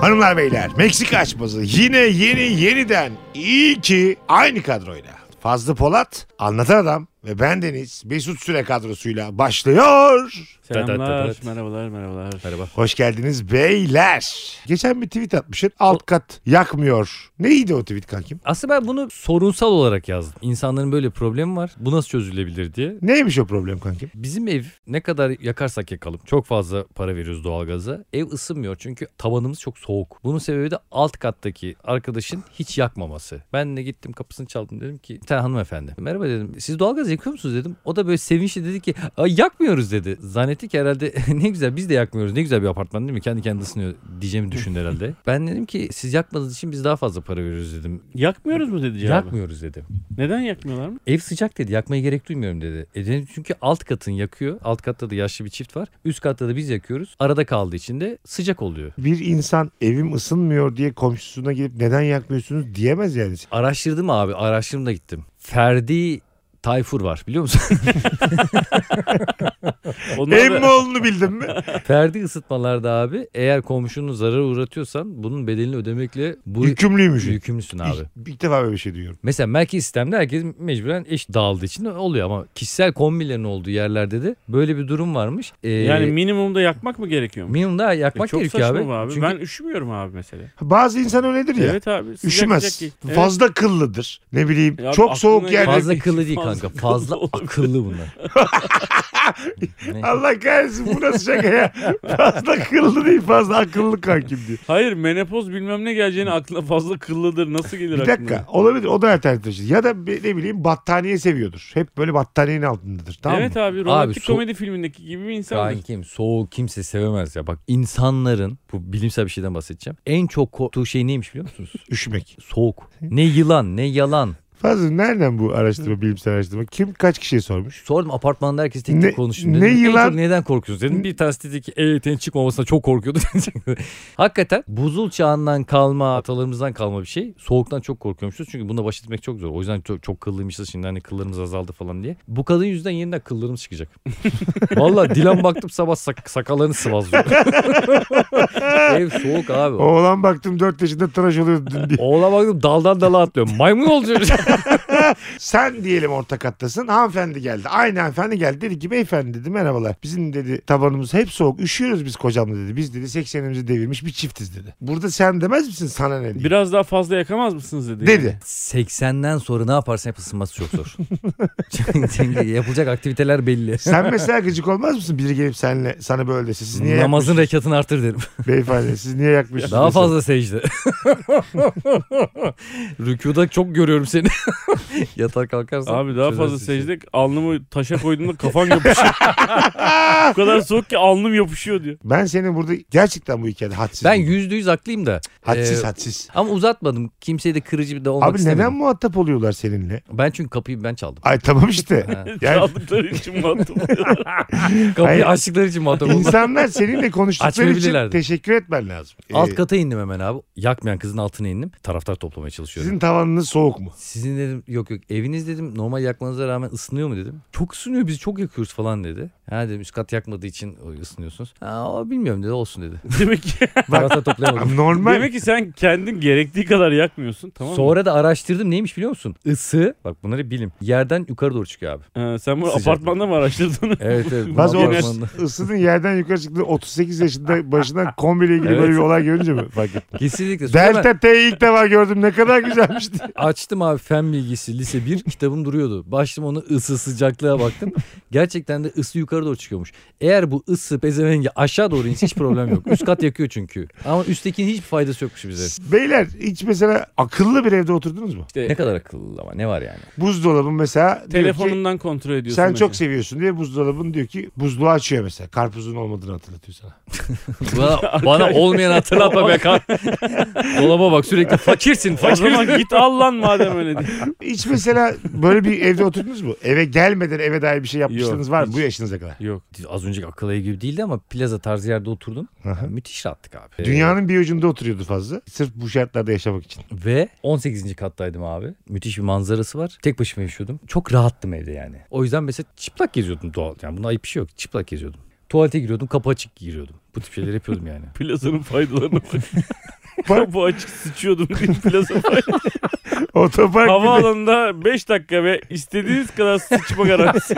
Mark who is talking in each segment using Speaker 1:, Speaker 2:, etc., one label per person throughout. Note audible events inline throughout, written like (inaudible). Speaker 1: Hanımlar beyler Meksika açması yine yeni yeniden iyi ki aynı kadroyla. Fazlı Polat, Anlatan Adam ve ben Deniz Mesut Süre kadrosuyla başlıyor.
Speaker 2: Da, da, da,
Speaker 3: Selamlar,
Speaker 2: da.
Speaker 3: merhabalar, merhabalar.
Speaker 2: Merhaba.
Speaker 1: Hoş geldiniz beyler. Geçen bir tweet atmışsın. Alt kat yakmıyor. Neydi o tweet kankim?
Speaker 2: Aslında ben bunu sorunsal olarak yazdım. İnsanların böyle problemi var. Bu nasıl çözülebilir diye.
Speaker 1: Neymiş o problem kankim?
Speaker 2: Bizim ev ne kadar yakarsak yakalım çok fazla para veriyoruz doğalgaza. Ev ısınmıyor çünkü tavanımız çok soğuk. Bunun sebebi de alt kattaki arkadaşın hiç yakmaması. Ben de gittim kapısını çaldım dedim ki bir tane hanımefendi. Merhaba dedim siz doğalgaz yakıyor musunuz dedim. O da böyle sevinçli dedi ki "Ay, yakmıyoruz dedi. Zannetti ki herhalde (laughs) ne güzel biz de yakmıyoruz ne güzel bir apartman değil mi kendi kendine ısınıyor diyeceğimi düşündü herhalde. Ben dedim ki siz yakmadığınız için biz daha fazla para veriyoruz dedim.
Speaker 3: Yakmıyoruz mu dedi cevabı?
Speaker 2: Yakmıyoruz dedim.
Speaker 3: Neden yakmıyorlar mı?
Speaker 2: Ev sıcak dedi yakmaya gerek duymuyorum dedi. E dedim çünkü alt katın yakıyor. Alt katta da yaşlı bir çift var. Üst katta da biz yakıyoruz. Arada kaldığı için de sıcak oluyor.
Speaker 1: Bir insan evim ısınmıyor diye komşusuna gelip neden yakmıyorsunuz diyemez yani.
Speaker 2: Araştırdım abi araştırdım da gittim. Ferdi Tayfur var biliyor musun? (laughs)
Speaker 3: Onlar da-
Speaker 1: Emmoğlu'nu bildin mi?
Speaker 2: Ferdi ısıtmalarda abi eğer komşunu zarara uğratıyorsan bunun bedelini ödemekle bu
Speaker 1: Yükümlüymüş.
Speaker 2: yükümlüsün abi.
Speaker 1: İlk, ilk defa böyle bir şey duyuyorum.
Speaker 2: Mesela merkez sistemde herkes mecburen eş dağıldığı için oluyor ama kişisel kombilerin olduğu yerlerde de böyle bir durum varmış. Ee,
Speaker 3: Yani minimumda yakmak mı gerekiyor mu?
Speaker 2: minimumda
Speaker 3: E,
Speaker 2: yakmak
Speaker 3: çok
Speaker 2: gerekiyor
Speaker 3: saçma
Speaker 2: abi.
Speaker 3: bu abi.
Speaker 2: Çünkü
Speaker 3: Ben üşümüyorum abi mesela.
Speaker 1: Bazı insan öyledir ya.
Speaker 3: Evet abi. sıcak
Speaker 1: Üşümez.
Speaker 3: sıcak değil. Evet.
Speaker 1: Fazla kıllıdır. Ne bileyim
Speaker 3: Ya
Speaker 1: çok
Speaker 3: aklına
Speaker 1: soğuk
Speaker 3: gelen-
Speaker 1: yerde.
Speaker 2: Fazla kıllı değil
Speaker 3: Fazla
Speaker 2: kanka.
Speaker 3: kıllı
Speaker 2: Fazla
Speaker 3: olabilir.
Speaker 2: akıllı bunlar. (laughs) Ne?
Speaker 1: Allah kahretsin bu nasıl şaka
Speaker 3: (laughs)
Speaker 1: ya. Fazla kıllı değil fazla akıllı kankim diyor.
Speaker 3: Hayır menopoz bilmem ne geleceğini aklına fazla kıllıdır. Nasıl gelir
Speaker 1: Bir
Speaker 3: aklına?
Speaker 1: dakika olabilir o da alternatif taşıdı. Ya da bir- ne bileyim battaniye seviyordur. Hep böyle battaniyenin altındadır tamam
Speaker 3: evet
Speaker 1: mı?
Speaker 3: abi romantik
Speaker 2: so-
Speaker 3: komedi filmindeki gibi bir insandır.
Speaker 2: Kankim soğuk kimse sevemez ya. Bak insanların bu bilimsel bir şeyden bahsedeceğim. En çok korktuğu şey neymiş biliyor (laughs) musunuz?
Speaker 1: Üşümek.
Speaker 2: Soğuk. Ne yılan ne yalan.
Speaker 1: Fazla nereden bu araştırma bilimsel araştırma? Kim kaç kişiye sormuş?
Speaker 2: Sordum apartmanda herkes tek
Speaker 1: Ne-
Speaker 2: tek konuştu. Dedim,
Speaker 1: ne
Speaker 2: "En çok
Speaker 1: yılan?"
Speaker 2: neden korkuyorsun dedim. Bir tanesi dedi ki EYT'nin çıkmamasına çok korkuyordu. (laughs) Hakikaten buzul çağından kalma atalarımızdan kalma bir şey. Soğuktan çok korkuyormuşuz. Çünkü bununla baş etmek çok zor. O yüzden çok, çok kıllıymışız şimdi hani kıllarımız azaldı falan diye. Bu kadın yüzünden yeniden
Speaker 1: (laughs)
Speaker 2: kıllarımız çıkacak. Valla Dilan baktım sabah sak-
Speaker 1: (laughs)
Speaker 2: sakallarını sıvazlıyor. Ev soğuk abi.
Speaker 1: Oğlan baktım 4 yaşında tıraş oluyordu dün diye.
Speaker 2: Oğla baktım daldan dala atlıyor. Maymun olacak.
Speaker 1: Sen diyelim orta kattasın hanımefendi geldi. Aynı hanımefendi geldi dedi ki beyefendi dedi merhabalar. Bizim dedi tabanımız hep soğuk üşüyoruz biz kocamla dedi. Biz dedi 80'imizi devirmiş bir çiftiz dedi. Burada sen demez misin sana ne diye.
Speaker 3: Biraz daha fazla yakamaz mısınız dedi. yani.
Speaker 1: Dedi.
Speaker 2: 80'den sonra ne yaparsan yap ısınması çok zor. (laughs) Çünkü yapılacak aktiviteler
Speaker 1: (laughs)
Speaker 2: belli.
Speaker 1: Sen mesela gıcık olmaz mısın? Biri gelip seninle sana böyle dese siz niye
Speaker 2: Namazın rekatını artır derim.
Speaker 1: yakmışsınız? Beyefendi siz niye yakmışsınız?
Speaker 2: Daha
Speaker 1: dese.
Speaker 2: fazla (laughs) secde. Rükuda çok görüyorum seni. (laughs) Yatar kalkarsan.
Speaker 3: Abi daha
Speaker 2: çözersin
Speaker 3: fazla
Speaker 2: işi.
Speaker 3: secde alnımı taşa koyduğumda kafam yapışıyor. Bu kadar soğuk ki alnım yapışıyor diyor.
Speaker 1: Ben senin burada gerçekten bu hikayede hadsiz.
Speaker 2: Ben
Speaker 1: buldum.
Speaker 2: yüzde yüz haklıyım da.
Speaker 1: hadsiz
Speaker 2: Ee,
Speaker 1: hadsiz.
Speaker 2: Ama uzatmadım. Kimseyi de kırıcı da olmak
Speaker 1: Abi
Speaker 2: istemedim.
Speaker 1: neden muhatap oluyorlar seninle?
Speaker 2: Ben çünkü kapıyı ben çaldım.
Speaker 1: Ay tamam işte.
Speaker 2: Ha.
Speaker 1: yani
Speaker 3: Çaldıkları için muhatap oluyor.
Speaker 2: (laughs) Kapıyı
Speaker 1: Hayır.
Speaker 2: açtıkları için muhatap oldum.
Speaker 1: insanlar seninle konuştukları için
Speaker 2: Açmayabilirlerdi.
Speaker 1: teşekkür etmen lazım. Ee,
Speaker 2: Alt kata indim hemen abi. Yakmayan kızın altına indim. Taraftar toplamaya çalışıyorum.
Speaker 1: sizin tavanınız soğuk mu?
Speaker 2: Sizin dedim yok yok eviniz dedim normal yakmanıza rağmen ısınıyor mu dedim. Çok ısınıyor biz çok yakıyoruz falan dedi. Ha dedim üst kat yakmadığı için o ısınıyorsunuz. Ha o bilmiyorum dedi olsun (laughs) dedi.
Speaker 3: Demek ki
Speaker 2: Tarafta (laughs) toplayamadım.
Speaker 1: Normal.
Speaker 3: Demek ki sen kendin gerektiği kadar yakmıyorsun tamam mı?
Speaker 2: Sonra da araştırdım neymiş biliyor musun? Isı bak bunları bilim. Yerden yukarı doğru çıkıyor abi.
Speaker 3: Ee, sen bunu
Speaker 2: Sıcak.
Speaker 3: apartmanda mı araştırdın? (laughs)
Speaker 2: Evet evet.
Speaker 1: Bazı
Speaker 2: bunun
Speaker 1: o
Speaker 2: (laughs) apartmanında.
Speaker 1: ısının yerden yukarı çıktığı 38 yaşında başından kombiyle ilgili
Speaker 2: Evet.
Speaker 1: böyle bir olay görünce mi fark ettin?
Speaker 2: Kesinlikle. Sonra ben
Speaker 1: Delta T'yi ilk defa gördüm ne kadar güzelmiş diye.
Speaker 2: açtım abi fen bilgisi lise 1 kitabım duruyordu. Başladım onu ısı sıcaklığa baktım. Gerçekten de ısı yukarı doğru çıkıyormuş. Eğer bu ısı pezevenge aşağı doğru inse hiç problem yok. Üst kat yakıyor çünkü. Ama üsttekinin hiçbir faydası yokmuş bize.
Speaker 1: Beyler hiç mesela akıllı bir evde oturdunuz mu?
Speaker 2: Ne kadar akıllı ama ne var yani?
Speaker 1: Buzdolabın mesela diyor ki,
Speaker 3: Telefonundan kontrol ediyorsun.
Speaker 1: sen çok
Speaker 3: mesela.
Speaker 1: seviyorsun diye buzdolabın diyor ki buzluğu açıyor mesela. Karpuzun olmadığını hatırlatıyor sana.
Speaker 2: (laughs) Bana, bana olmayan hatırlatma be (laughs) kan. Dolaba bak sürekli fakirsin
Speaker 3: O
Speaker 2: fakir.
Speaker 3: zaman git al lan madem öyle (laughs) diye.
Speaker 1: Hiç mesela böyle bir evde oturdunuz mu? Eve gelmeden eve dair bir şey yapmışlığınız
Speaker 3: Yok,
Speaker 1: var mı
Speaker 3: hiç.
Speaker 1: bu yaşınıza kadar?
Speaker 3: Yok.
Speaker 2: Az önceki akıl ayı gibi değildi ama plaza tarzı yerde oturdum.
Speaker 1: Aha.
Speaker 2: Müthiş rahattık abi.
Speaker 1: Dünyanın bir ucunda oturuyordu fazla. Sırf bu şartlarda yaşamak için. (laughs)
Speaker 2: Ve 18. kattaydım abi. Müthiş bir manzarası var. Tek başıma yaşıyordum. Çok rahattım evde yani. O yüzden mesela çıplak geziyordum doğal. Yani bunda ayıp bir şey yok. Çıplak geziyordum. Tuvalete giriyordum, kapı açık giriyordum. Bu tip şeyler yapıyordum yani.
Speaker 3: (laughs) Plazanın faydalarını Kapı açık sıçıyordum diye (laughs) plaza.
Speaker 1: Otopark bir de-
Speaker 3: Havaalanında 5 dakika ve istediğiniz kadar sıçma (laughs) garantisi.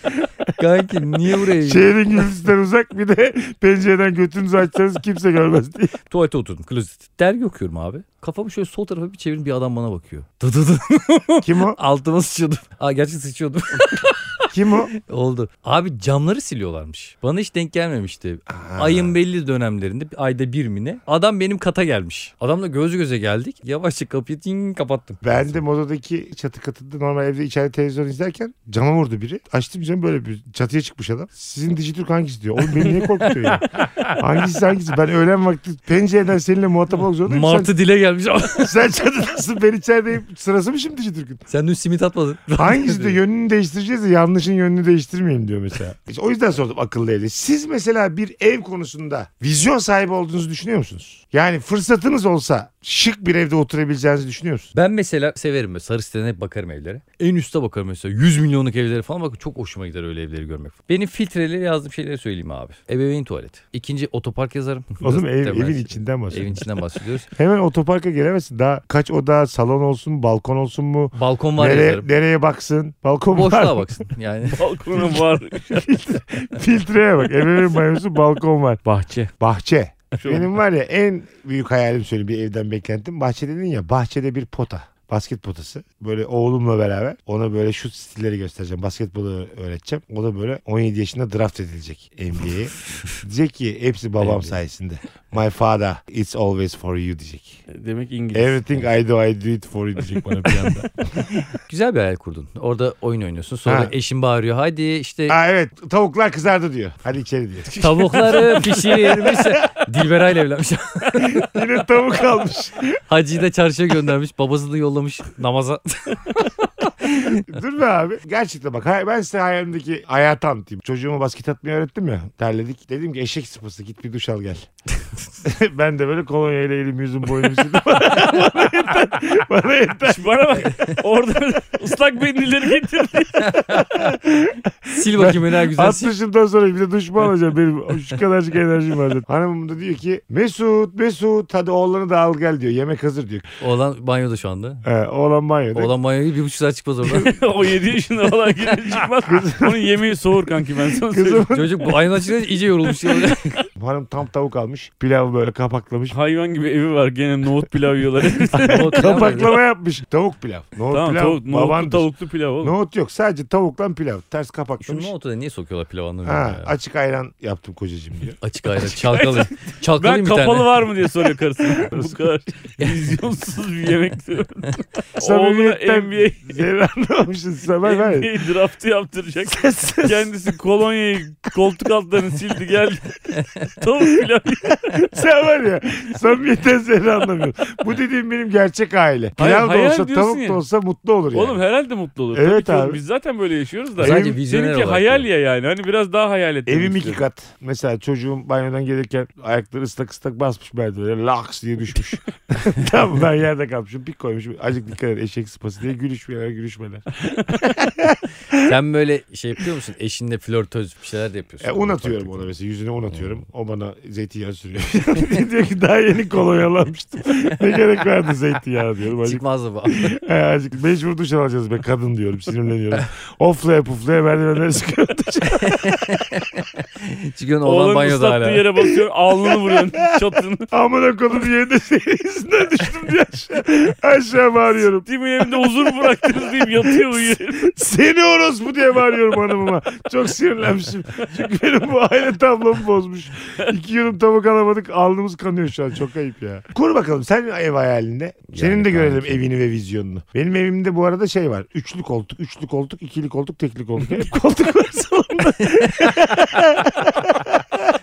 Speaker 2: (laughs) Kanki niye buraya
Speaker 1: Şehrin gürültüsünden uzak bir de pencereden götünüzü açsanız kimse görmez diye.
Speaker 2: Tuvalete oturdum klozet. Dergi okuyorum abi. Kafamı şöyle sol tarafa bir çevirin bir adam bana bakıyor. Dı dı dı.
Speaker 1: Kim o?
Speaker 2: Altıma sıçıyordum. Aa gerçi sıçıyordum. (laughs)
Speaker 1: Kim o?
Speaker 2: Oldu. Abi camları siliyorlarmış. Bana hiç denk gelmemişti. Ayın belli dönemlerinde ayda bir mi ne? Adam benim kata gelmiş. Adamla göz göze geldik. Yavaşça kapıyı ting kapattım.
Speaker 1: Ben de Mozo'daki çatı katında normal evde içeride televizyon izlerken cama vurdu biri. Açtım camı böyle bir çatıya çıkmış adam. Sizin Dijitürk hangisi diyor. Oğlum beni niye korkutuyor ya? Hangisi hangisi? Ben öğlen vakti pencereden seninle muhatap olmak zorundayım.
Speaker 2: Martı dile gelmiş.
Speaker 1: Sen, sen çatıdasın ben içerideyim. Sırası mı şimdi Dijitürk'ün?
Speaker 2: (laughs) Sen dün simit atmadın.
Speaker 1: (laughs) Hangisi de yönünü değiştireceğiz de yanlışın yönünü değiştirmeyelim diyor mesela. İşte o yüzden sordum akıllı evde. Siz mesela bir ev konusunda vizyon sahibi olduğunuzu düşünüyor musunuz? Yani fırsatınız olsa şık bir evde oturabileceğinizi düşünüyor musunuz?
Speaker 2: Ben mesela severim böyle sarı siteden hep bakarım evlere. En üste bakarım mesela 100 milyonluk evlere falan bak çok hoşuma gider öyle evleri görmek. Benim filtreleri yazdığım şeyleri söyleyeyim abi. Ebeveyn tuvaleti. İkinci otopark yazarım. (laughs)
Speaker 1: Oğlum
Speaker 2: Biraz
Speaker 1: ev,
Speaker 2: temel
Speaker 1: evin
Speaker 2: şey.
Speaker 1: içinden bahsediyorum.
Speaker 2: Evin içinden bahsediyoruz.
Speaker 1: Hemen otoparka giremezsin. Daha kaç oda, salon olsun, balkon olsun mu?
Speaker 2: Balkon var
Speaker 1: Nereye,
Speaker 2: yazarım.
Speaker 1: nereye baksın? Balkon var.
Speaker 2: Boşluğa
Speaker 1: mı?
Speaker 2: baksın yani.
Speaker 3: Balkona var.
Speaker 1: Filtreye bak. Evimin banyosu balkon var.
Speaker 2: Bahçe.
Speaker 1: Bahçe.
Speaker 3: Şu-
Speaker 1: Benim var ya en büyük hayalim söyleyeyim bir evden beklentim. Bahçe dedin ya bahçede bir pota. Basket potası. Böyle oğlumla beraber ona böyle şut stilleri göstereceğim. Basketbolu öğreteceğim. O da böyle 17 yaşında draft edilecek NBA'ye. diyecek ki hepsi babam
Speaker 2: NBA.
Speaker 1: sayesinde. My father it's always for you diyecek.
Speaker 3: Demek İngiliz.
Speaker 1: Everything I do I do it for you diyecek bana bir anda.
Speaker 2: Güzel bir hayal kurdun. Orada oyun oynuyorsun. Sonra
Speaker 1: Ha.
Speaker 2: eşin bağırıyor. Hadi işte
Speaker 1: Aa evet tavuklar kızardı diyor. Hadi içeri diyor. (laughs)
Speaker 2: tavukları pişirmiş. Dilbera ile evlenmiş. (laughs)
Speaker 1: Yine tavuk almış.
Speaker 2: Hacı'yı da çarşıya göndermiş. Babasını yollamış namaza. (laughs)
Speaker 1: (laughs) Dur be abi. Gerçekten bak hay- ben size hayalimdeki hayatı anlatayım. Çocuğuma basket atmayı öğrettim ya. Terledik. Dedim ki eşek sıpası git bir duş al gel. (laughs) ben de böyle kolonya ile elim yüzüm boynum sildim. (laughs) bana yeter. Bana yeter.
Speaker 3: Şimdi bana bak. Orada ıslak mendilleri getirdi.
Speaker 2: Sil bakayım
Speaker 1: (laughs)
Speaker 2: Öner güzel sil.
Speaker 1: 60 yıldan sonra bir de duş mu alacağım? Benim şu kadarcık enerjim var. zaten. Hanımım da diyor ki Mesut Mesut hadi oğlanı da al gel diyor. Yemek hazır diyor.
Speaker 2: Oğlan banyoda şu anda.
Speaker 1: Ee, oğlan banyoda.
Speaker 2: Oğlan banyoya bir buçuk saat
Speaker 1: (laughs)
Speaker 2: çıkmaz oradan.
Speaker 3: (laughs) o 7 yaşında falan girer çıkmaz. Onun yemeği soğur kanki ben sana söyleyeyim.
Speaker 1: Kızım
Speaker 2: Çocuk bu ayın açılınca iyice
Speaker 1: (laughs)
Speaker 2: yorulmuş. ya.
Speaker 1: hanım tam tavuk almış. Pilavı böyle
Speaker 3: (laughs)
Speaker 1: kapaklamış.
Speaker 3: Hayvan gibi evi var gene nohut pilav yiyorlar.
Speaker 1: Kapaklama yapmış. Tavuk pilav. Nohut
Speaker 3: tamam
Speaker 1: pilav.
Speaker 3: tavuk, nohutlu
Speaker 1: babandır.
Speaker 3: tavuklu pilav oğlum.
Speaker 1: Nohut yok. Sadece tavukla pilav. Ters
Speaker 2: Şunu
Speaker 1: kapaklamış.
Speaker 2: nohutu da niye sokuyorlar pilav anlamıyorum
Speaker 1: Ha,
Speaker 2: ya.
Speaker 1: açık ayran yaptım kocacığım
Speaker 3: (laughs)
Speaker 1: diyor.
Speaker 2: Açık ayran
Speaker 1: (laughs)
Speaker 2: çalkalı.
Speaker 3: Ben
Speaker 2: Çalkalayayım bir tane.
Speaker 3: kapalı var mı diye soruyor
Speaker 2: (laughs)
Speaker 3: karısı. Bu kadar vizyonsuz bir yemek diyor. Oğluna
Speaker 1: Samimiyetten
Speaker 3: NBA,
Speaker 1: Zerran olmuşsun. Sabah ben.
Speaker 3: NBA draftı
Speaker 2: (laughs)
Speaker 3: yaptıracak. Kendisi kolonyayı koltuk altlarını sildi
Speaker 2: (laughs)
Speaker 3: geldi. Tavuk pilav.
Speaker 1: (laughs) Sen var ya. Samimiyetten seni anlamıyorum. Bu dediğim benim gerçek aile.
Speaker 3: Hayır,
Speaker 1: Pilav da
Speaker 3: hayal
Speaker 1: olsa
Speaker 3: diyorsun
Speaker 1: tavuk
Speaker 3: ya.
Speaker 1: da olsa mutlu olur yani.
Speaker 3: Oğlum herhalde mutlu olur.
Speaker 1: Evet
Speaker 3: Tabii ki oğlum,
Speaker 1: abi.
Speaker 3: Biz zaten böyle yaşıyoruz da.
Speaker 2: Sadece
Speaker 1: Evim-
Speaker 2: vizyoner
Speaker 3: Seninki
Speaker 2: olarak.
Speaker 3: hayal
Speaker 2: da.
Speaker 3: ya yani. Hani biraz daha hayal et.
Speaker 1: Evim iki kat. Mesela çocuğum banyodan gelirken ayakları ıslak ıslak basmış merdivene. Laks diye
Speaker 3: (laughs)
Speaker 1: düşmüş. Tam ben yerde kalmışım. Pik koymuşum. Azıcık dikkat et eşek sıpası diye gülüşmeler gülüşmeler.
Speaker 2: Sen böyle şey yapıyor musun? Eşinle flörtöz bir şeyler de yapıyorsun.
Speaker 1: E, un atıyorum ona mesela yüzüne un atıyorum. O bana zeytinyağı sürüyor. (laughs) diyor ki daha yeni kolonyalanmıştım. ne gerek vardı zeytinyağı diyorum. Azıcık,
Speaker 2: Çıkmaz da bu. (laughs)
Speaker 1: e, azıcık mecbur duş alacağız be kadın diyorum sinirleniyorum. Oflaya puflaya merdivenlere çıkıyorum. (laughs)
Speaker 2: Çıkıyorsun oğlan
Speaker 3: Oğlan
Speaker 2: banyoda
Speaker 3: ıslattığı
Speaker 2: hala.
Speaker 3: yere bakıyor. Alnını
Speaker 2: (laughs)
Speaker 3: vuruyor. Çatını.
Speaker 1: Amına kodum yerinde (laughs) senin yüzünden şey, düştüm diye aşağı, aşağı bağırıyorum.
Speaker 3: Değil mi evimde huzur bıraktınız diyeyim yatıyor
Speaker 2: (laughs)
Speaker 3: uyuyor.
Speaker 1: Seni orospu diye bağırıyorum hanımıma. Çok sinirlenmişim. Çünkü benim bu aile tablomu bozmuş. İki yudum tavuk alamadık. Alnımız kanıyor şu an. Çok ayıp ya. Kur bakalım sen ev hayalinde. Senin
Speaker 2: Yani
Speaker 1: de görelim
Speaker 2: kanki.
Speaker 1: evini ve vizyonunu. Benim evimde bu arada şey var. Üçlü koltuk, üçlü koltuk, ikili koltuk, tekli koltuk.
Speaker 2: (laughs)
Speaker 1: Hep koltuk var salonda.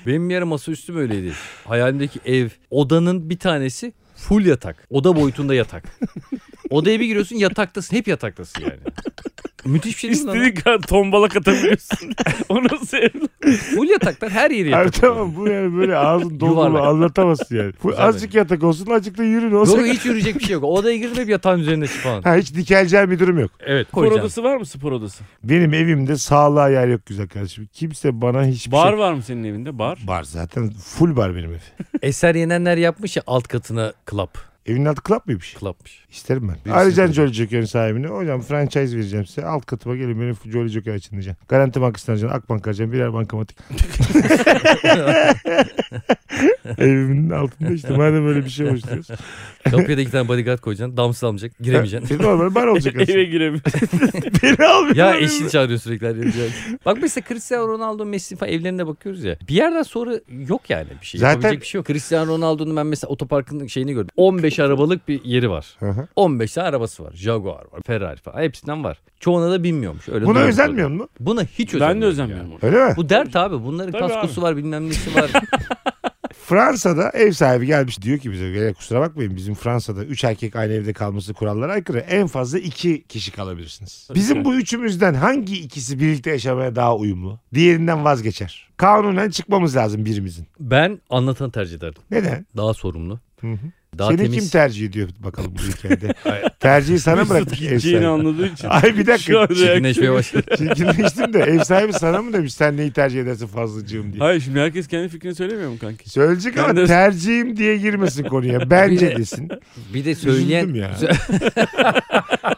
Speaker 2: Benim bir ara masaüstüm öyleydi. Hayalimdeki ev, odanın bir tanesi full yatak. Oda boyutunda yatak. Odaya bir giriyorsun yataktasın. Hep yataktasın yani. Müthiş bir şey değil mi lan?
Speaker 3: İstediğin kadar tombala (laughs) atabiliyorsun. o nasıl evlat?
Speaker 2: Full yataktan her yeri
Speaker 1: Abi
Speaker 2: yatak.
Speaker 1: tamam bu yani böyle ağzın dolulu
Speaker 2: şey Yuvarlak.
Speaker 1: anlatamazsın yani. Bu
Speaker 2: Güzel
Speaker 1: azıcık yatak olsun azıcık da yürün olsun.
Speaker 2: Yok hiç yürüyecek bir şey yok. O Odaya girdin hep yatağın üzerinde falan.
Speaker 1: Ha, hiç dikeleceğim bir durum yok.
Speaker 2: Evet.
Speaker 3: Spor
Speaker 2: Koyacaksın.
Speaker 3: odası var mı spor odası?
Speaker 1: Benim evimde sağlığa yer yok güzel kardeşim. Kimse bana hiçbir
Speaker 3: Bar
Speaker 1: şey...
Speaker 3: var mı senin evinde? Bar.
Speaker 1: Bar zaten full bar benim ev.
Speaker 2: Eser yenenler yapmış ya alt katına club.
Speaker 1: Evin altı club mıymış?
Speaker 2: Clubmış.
Speaker 1: İsterim ben.
Speaker 2: Birisi
Speaker 1: Arayacaksın
Speaker 2: tabii.
Speaker 1: Jolly Joker'in sahibini. Hocam franchise vereceğim size. Alt katıma gelin beni Jolly Joker açın diyeceksin. Garanti bankasından alacaksın. Akbank alacaksın. Birer bankamatik. Evimin altında işte. Madem öyle bir şey oluşturuyoruz.
Speaker 2: Kapıya da iki tane bodyguard koyacaksın. Damsız almayacak. Giremeyeceksin.
Speaker 1: E, normal bar
Speaker 3: (laughs)
Speaker 1: olacak
Speaker 3: şey. Eve
Speaker 1: aslında.
Speaker 3: giremiyor.
Speaker 1: Beni almıyor.
Speaker 2: ya eşini çağırıyor sürekli her yere. Bak mesela Cristiano Ronaldo, Messi falan evlerine bakıyoruz ya. Bir yerden sonra yok yani bir şey.
Speaker 1: Zaten-
Speaker 2: Yapabilecek bir şey yok. Cristiano Ronaldo'nun ben mesela otoparkın şeyini gördüm. 15 arabalık bir yeri var.
Speaker 1: Hı hı.
Speaker 2: 15 tane arabası var. Jaguar var, Ferrari falan. Hepsinden var. Çoğuna da binmiyormuş. Öyle
Speaker 1: Buna
Speaker 2: duruyor.
Speaker 1: özenmiyor musun?
Speaker 2: Buna hiç özenmiyorum.
Speaker 3: Ben de özenmiyorum.
Speaker 1: Öyle mi?
Speaker 2: Bu dert abi. Bunların
Speaker 3: Tabii
Speaker 2: kaskosu var bilmem
Speaker 3: (laughs)
Speaker 2: nesi var.
Speaker 1: Fransa'da ev sahibi gelmiş diyor ki bize "Ya kusura bakmayın bizim Fransa'da 3 erkek aynı evde kalması kurallara aykırı. En fazla 2 kişi kalabilirsiniz. Bizim bu üçümüzden hangi ikisi birlikte yaşamaya daha uyumlu? Diğerinden vazgeçer. Kanunen çıkmamız lazım birimizin.
Speaker 2: ben anlatanı tercih ederdim.
Speaker 1: Neden?
Speaker 2: Daha sorumlu.
Speaker 1: Hı hı.
Speaker 2: Daha
Speaker 1: Seni kim
Speaker 2: temiz.
Speaker 1: tercih ediyor bakalım bu
Speaker 3: (laughs)
Speaker 1: hikayede. Tercihi sana bırakmış ev
Speaker 3: Gideceğini
Speaker 1: sahibi.
Speaker 3: anladığı için.
Speaker 1: Ay bir
Speaker 3: Şu
Speaker 1: dakika.
Speaker 3: an
Speaker 2: Çirkinleşmeye
Speaker 3: reaksiyon-
Speaker 2: başladı.
Speaker 1: Çirkinleştim de ev sahibi sana mı demiş sen neyi tercih edersin fazlacığım diye.
Speaker 3: Hayır şimdi herkes kendi fikrini söylemiyor mu kanki?
Speaker 1: Söyleyecek
Speaker 3: Ben
Speaker 1: ama
Speaker 3: de-
Speaker 1: tercihim diye girmesin konuya. Bence
Speaker 2: Bir-
Speaker 1: desin.
Speaker 2: Bir de söyleyen
Speaker 1: Üzüldüm ya.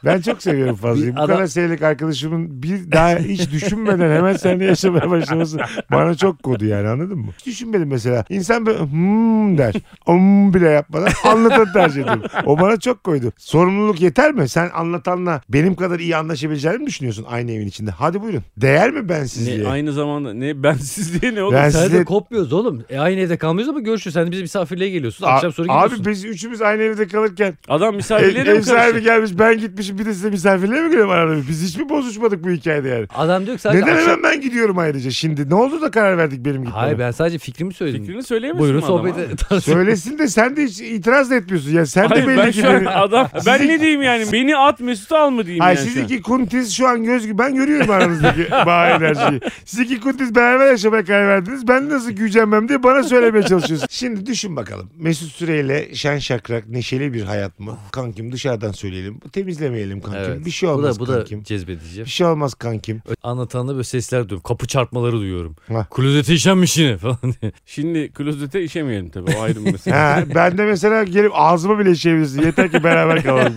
Speaker 1: Ben çok seviyorum Fazlı'yı.
Speaker 2: Bir
Speaker 1: Bu
Speaker 2: adam-
Speaker 1: kadar senelik arkadaşımın bir daha hiç düşünmeden hemen seninle yaşamaya başlaması bana çok kodu yani anladın mı? Hiç düşünmedim mesela. İnsan böyle hmm der. Hmm bile yapmadan anlatan tercih ediyorum. O bana çok koydu. Sorumluluk yeter mi? Sen anlatanla benim kadar iyi anlaşabileceğini mi düşünüyorsun aynı evin içinde? Hadi buyurun. Değer mi bensizliğe?
Speaker 3: Ne, aynı zamanda ne bensizliğe ne oğlum?
Speaker 1: Ben-
Speaker 2: Sen
Speaker 1: Sizle-
Speaker 2: de kopmuyoruz oğlum. E, aynı evde kalmıyoruz ama görüşürüz. Sen de bizim misafirliğe geliyorsun.
Speaker 1: A-
Speaker 2: Akşam sonra gidiyorsun.
Speaker 1: Abi biz üçümüz aynı evde kalırken
Speaker 3: Adam
Speaker 1: ev,
Speaker 3: misafirlere
Speaker 1: ev
Speaker 3: mi
Speaker 1: sahibi
Speaker 3: karışır?
Speaker 1: gelmiş ben gitmişim bir de size misafirliğe mi geliyorum arada? Biz hiç mi bozuşmadık bu hikayede yani?
Speaker 2: Adam diyor ki sadece
Speaker 1: Neden
Speaker 2: akşam...
Speaker 1: hemen ben gidiyorum ayrıca şimdi? Ne oldu da karar verdik benim gitmeme?
Speaker 2: Hayır ben sadece fikrimi söyledim.
Speaker 3: Fikrini söyleyemezsin
Speaker 2: Buyurun
Speaker 3: mi adama?
Speaker 2: sohbete tartışın.
Speaker 1: Söylesin de sen de hiç itiraz da etmiyorsun. Ya sen de
Speaker 3: Hayır
Speaker 1: belli
Speaker 3: ben
Speaker 1: ki...
Speaker 3: şu an
Speaker 1: beni-
Speaker 3: adam ben
Speaker 1: Sizin-
Speaker 3: ne diyeyim yani beni at Mesut al mı diyeyim
Speaker 1: Hayır
Speaker 3: yani
Speaker 1: siz
Speaker 3: şu an?
Speaker 1: iki kuntiz şu an göz gibi ben görüyorum
Speaker 3: (laughs)
Speaker 1: aranızdaki bağ enerjiyi. Siz iki kuntiz beraber yaşamaya karar verdiniz. Ben nasıl gücenmem diye bana söylemeye çalışıyorsun. Şimdi düşün bakalım. Mesut Süreyle şen şakrak neşeli bir hayat mı? Kankim dışarıdan söyleyelim. Temizlemeyelim kankim.
Speaker 2: Evet.
Speaker 1: Bir şey olmaz
Speaker 2: bu da, bu da
Speaker 1: kankim.
Speaker 2: cezbedici.
Speaker 1: Bir şey olmaz kankim.
Speaker 2: Anlatanla böyle sesler duyuyorum. Kapı çarpmaları duyuyorum.
Speaker 1: Hah.
Speaker 2: Klozete işenmiş yine falan (laughs) diye.
Speaker 3: Şimdi klozete işemeyelim tabii o
Speaker 1: (laughs)
Speaker 3: ayrı bir mesele.
Speaker 1: Ha,
Speaker 2: (laughs)
Speaker 1: ben de mesela gelip ağzıma bile işeyebilirsin. Yeter ki beraber
Speaker 2: (laughs)
Speaker 1: kalalım.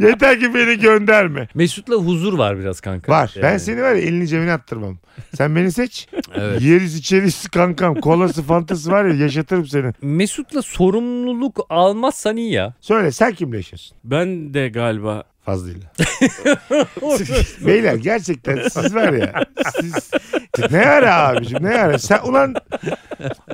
Speaker 1: Yeter ki beni gönderme.
Speaker 2: Mesut'la huzur var biraz kanka.
Speaker 1: Var. Ben
Speaker 2: Yani.
Speaker 1: seni var ya elini cebine attırmam. Sen beni seç.
Speaker 2: Evet.
Speaker 1: Yeriz içeriz kankam. Kolası fantası var ya yaşatırım seni.
Speaker 2: Mesut'la sorumluluk almazsan iyi ya.
Speaker 1: Söyle sen kimle yaşıyorsun?
Speaker 3: Ben de galiba (laughs)
Speaker 1: Fazlıyla. Beyler gerçekten siz var ya. Siz ne ara abicim ne ara? Sen ulan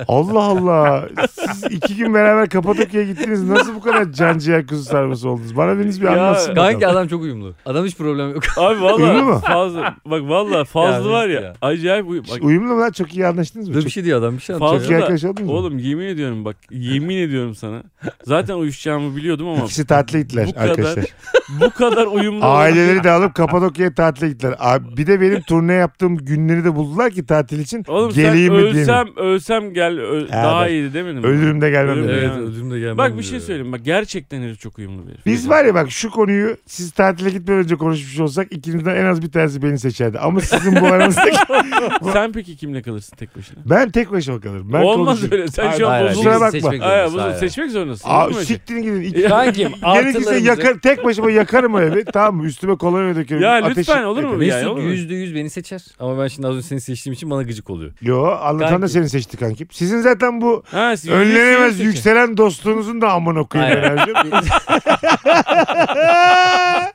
Speaker 1: Allah Allah. Siz iki gün beraber Kapadokya'ya gittiniz. Nasıl bu kadar can ciğer kuzu sarması oldunuz? Bana biriniz bir
Speaker 3: Ya,
Speaker 1: anlatsın. bakalım.
Speaker 2: Kanki adam çok uyumlu. Adam hiç problem yok. (laughs)
Speaker 3: Abi
Speaker 1: Uyumlu mu?
Speaker 3: valla fazla bak valla fazla
Speaker 2: Ya,
Speaker 3: var ya,
Speaker 2: ya.
Speaker 3: acayip uyu-
Speaker 1: Bak-
Speaker 3: bak
Speaker 1: Uyumlu mu lan? Çok iyi anlaştınız mı?
Speaker 2: Dur bir
Speaker 1: Çok
Speaker 2: şey diyor adam bir şey
Speaker 1: çok
Speaker 2: anlatıyor.
Speaker 3: Fazla-
Speaker 1: iyi arkadaş oldunuz mu?
Speaker 3: Oğlum yemin ediyorum bak yemin ediyorum sana. Zaten uyuşacağımı
Speaker 1: (laughs)
Speaker 3: biliyordum ama
Speaker 1: İkisi tatile gittiler
Speaker 3: Bu kadar-
Speaker 1: arkadaşlar.
Speaker 3: bu kadar uyumlu
Speaker 1: Aileleri de alıp Kapadokya'ya tatile gittiler. Abi, bir de benim turne yaptığım günleri de buldular ki tatil için.
Speaker 3: Oğlum
Speaker 1: Geleyim
Speaker 3: sen
Speaker 1: mi diyeyim.
Speaker 3: ölsem ölsem gel ö-
Speaker 1: Ha,
Speaker 3: daha
Speaker 1: bak.
Speaker 3: iyiydi demedim mi?
Speaker 1: Ölürüm de gelmem.
Speaker 3: Ölürüm
Speaker 1: dedi.
Speaker 3: de.
Speaker 2: Evet
Speaker 3: Yani.
Speaker 2: ödüm de gelmem.
Speaker 3: Bak bir şey
Speaker 2: diyor.
Speaker 3: söyleyeyim bak gerçekten herif çok uyumlu bir herif.
Speaker 1: Biz var ya bak şu konuyu siz tatile gitmeden önce konuşmuş olsak ikinizden en az bir tanesi beni seçerdi. Ama sizin bu aranızdaki...
Speaker 3: (laughs) (laughs) Sen peki kimle kalırsın tek başına?
Speaker 1: ben tek başıma kalırım. Ben
Speaker 3: Olmaz
Speaker 1: konuşurum.
Speaker 3: öyle sen şu
Speaker 2: Hayır,
Speaker 3: an
Speaker 2: hayır,
Speaker 1: Kusura
Speaker 3: bozuldun.
Speaker 2: bizi
Speaker 1: bakma.
Speaker 2: seçmek
Speaker 3: Hayır,
Speaker 2: zorundasın,
Speaker 3: bu-
Speaker 2: hayır.
Speaker 3: seçmek zorundasın.
Speaker 1: Aa,
Speaker 3: değil mi?
Speaker 1: siktirin gidin. İki-
Speaker 2: (laughs) Kankim
Speaker 1: (laughs) Gerekirse
Speaker 2: artılarımızı-
Speaker 1: yakar, tek başıma yakarım o evi. Tamam mı? Üstüme kolonya dökerim.
Speaker 3: Ya
Speaker 1: ateşi-
Speaker 3: lütfen olur mu? ya,
Speaker 2: Mesut
Speaker 3: olur mu?
Speaker 2: yüzde yüz beni seçer. Ama ben şimdi az önce seni seçtiğim için bana gıcık oluyor.
Speaker 1: Yo anlatan da
Speaker 2: Kanki.
Speaker 1: seni seçti kankim. Sizin zaten bu
Speaker 3: Ha, yüzde yüz
Speaker 1: önlenemez
Speaker 3: seçecek.
Speaker 1: yükselen dostluğunuzun da amına koyayım
Speaker 2: Aynen.
Speaker 1: enerjim.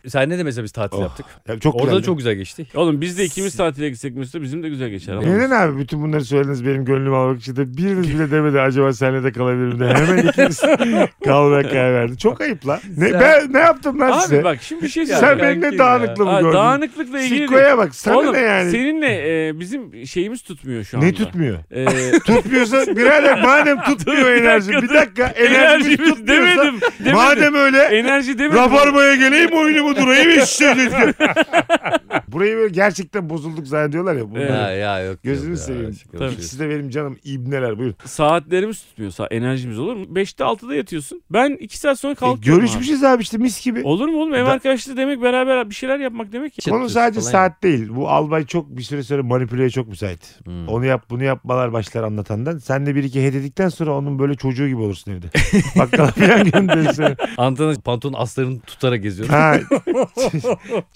Speaker 2: Sen ne de mesela biz tatil
Speaker 1: Oh,
Speaker 2: yaptık.
Speaker 1: Ya çok
Speaker 2: Orada
Speaker 1: güzel.
Speaker 2: da çok güzel geçti.
Speaker 3: Oğlum biz de ikimiz tatile gitsek Mesut'a bizim de güzel geçer. ama.
Speaker 1: Neden abi bütün bunları söylediniz benim gönlümü almak için de biriniz bile demedi acaba senle de kalabilirim de hemen
Speaker 3: (laughs)
Speaker 1: ikiniz kalmaya karar verdi. Çok ayıp lan. Ne,
Speaker 2: Sen-
Speaker 1: ben ne yaptım lan size?
Speaker 3: Abi bak şimdi bir şey
Speaker 2: Ya
Speaker 1: sen
Speaker 3: söyleyeceğim.
Speaker 1: benim ne
Speaker 2: kankim
Speaker 1: dağınıklığımı
Speaker 3: Ha,
Speaker 1: gördün?
Speaker 3: dağınıklıkla ilgili değil.
Speaker 1: Sikoya bak sana
Speaker 3: Oğlum
Speaker 1: ne yani?
Speaker 3: seninle e, bizim şeyimiz tutmuyor şu anda.
Speaker 1: Ne tutmuyor?
Speaker 3: E,
Speaker 1: (laughs) Tutmuyorsa tutmuyorsa birader
Speaker 3: (laughs)
Speaker 1: madem tutmuyor
Speaker 3: Dur, bir
Speaker 1: enerji.
Speaker 3: dakika,
Speaker 1: Bir
Speaker 3: dur.
Speaker 1: dakika enerjimiz
Speaker 3: Enerjimiz
Speaker 1: tutmuyorsa.
Speaker 3: demedim. demedim.
Speaker 1: Madem öyle
Speaker 3: Enerji demedim.
Speaker 1: Rabarbaya geleyim oyunumu
Speaker 3: (laughs)
Speaker 1: durayım işte dedim. Burayı böyle gerçekten bozulduk zannediyorlar ya. Bunları.
Speaker 3: Evet.
Speaker 2: Ya, ya yok.
Speaker 1: Gözünü
Speaker 2: yok ya.
Speaker 1: seveyim.
Speaker 2: Şaka
Speaker 3: Tabii.
Speaker 2: bir şey.
Speaker 1: İkisi de benim canım ibneler buyur.
Speaker 3: Saatlerimiz tutmuyor. Sa- enerjimiz olur mu? 5'te 6'da yatıyorsun. Ben 2 saat sonra
Speaker 1: E,
Speaker 3: kalkıyorum. abi.
Speaker 1: görüşmüşüz abi işte mis gibi.
Speaker 3: Olur mu oğlum? Ev
Speaker 1: Da-
Speaker 3: arkadaşlığı demek beraber bir şeyler yapmak demek ki.
Speaker 2: Çıt
Speaker 1: Konu
Speaker 2: çıt
Speaker 1: sadece
Speaker 2: falan.
Speaker 1: saat değil. Bu albay çok bir süre sonra manipüleye çok müsait.
Speaker 2: Hmm.
Speaker 1: Onu yap bunu yapmalar başlar anlatandan. Sen de bir iki he dedikten sonra onun böyle çocuğu gibi olursun
Speaker 2: (laughs)
Speaker 1: evde. Bakkala falan gönderirsin.
Speaker 2: Antena pantolon aslarını tutarak geziyorum.
Speaker 1: Ha. (laughs)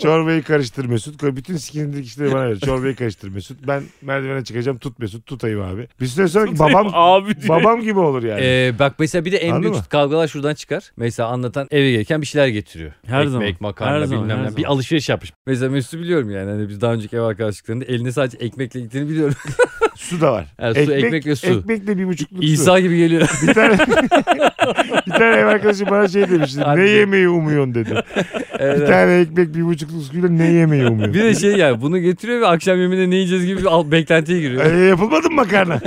Speaker 1: Çorbayı karıştır Mesut. Bütün skinlik işleri bana ver. Çorbayı karıştır Mesut. Ben merdivene çıkacağım. Tut Mesut. Tutayım abi. Bir süre sonra babam
Speaker 3: abi diyor.
Speaker 1: babam gibi olur yani.
Speaker 2: Ee, bak mesela bir de en
Speaker 1: Anladın
Speaker 2: büyük
Speaker 1: mı?
Speaker 2: kavgalar şuradan çıkar. Mesela anlatan eve gelirken bir şeyler getiriyor.
Speaker 3: Her
Speaker 2: Ekmek,
Speaker 3: zaman. Her
Speaker 2: makarna
Speaker 3: zaman,
Speaker 2: bilmem
Speaker 3: her
Speaker 2: ne.
Speaker 3: zaman.
Speaker 2: Bir alışveriş yapmış. Mesela Mesut'u biliyorum yani. Hani biz daha önceki ev arkadaşlıklarında eline sadece ekmekle gittiğini biliyorum. (laughs)
Speaker 1: Su da var.
Speaker 2: Yani e, su, ekmek ve su.
Speaker 1: Ekmekle bir buçukluk su.
Speaker 2: İsa gibi geliyor. (laughs)
Speaker 1: Bir tane, (laughs) bir tane ev arkadaşı bana şey demişti.
Speaker 2: Hadi.
Speaker 1: Ne yemeği umuyorsun dedi. Bir
Speaker 2: Evet.
Speaker 1: tane ekmek bir buçukluk suyla ne yemeği umuyorsun?
Speaker 2: Bir de şey yani bunu getiriyor ve akşam yemeğinde ne yiyeceğiz gibi bir al- beklentiye
Speaker 1: Ee,
Speaker 2: giriyor.
Speaker 1: yapılmadı mı makarna?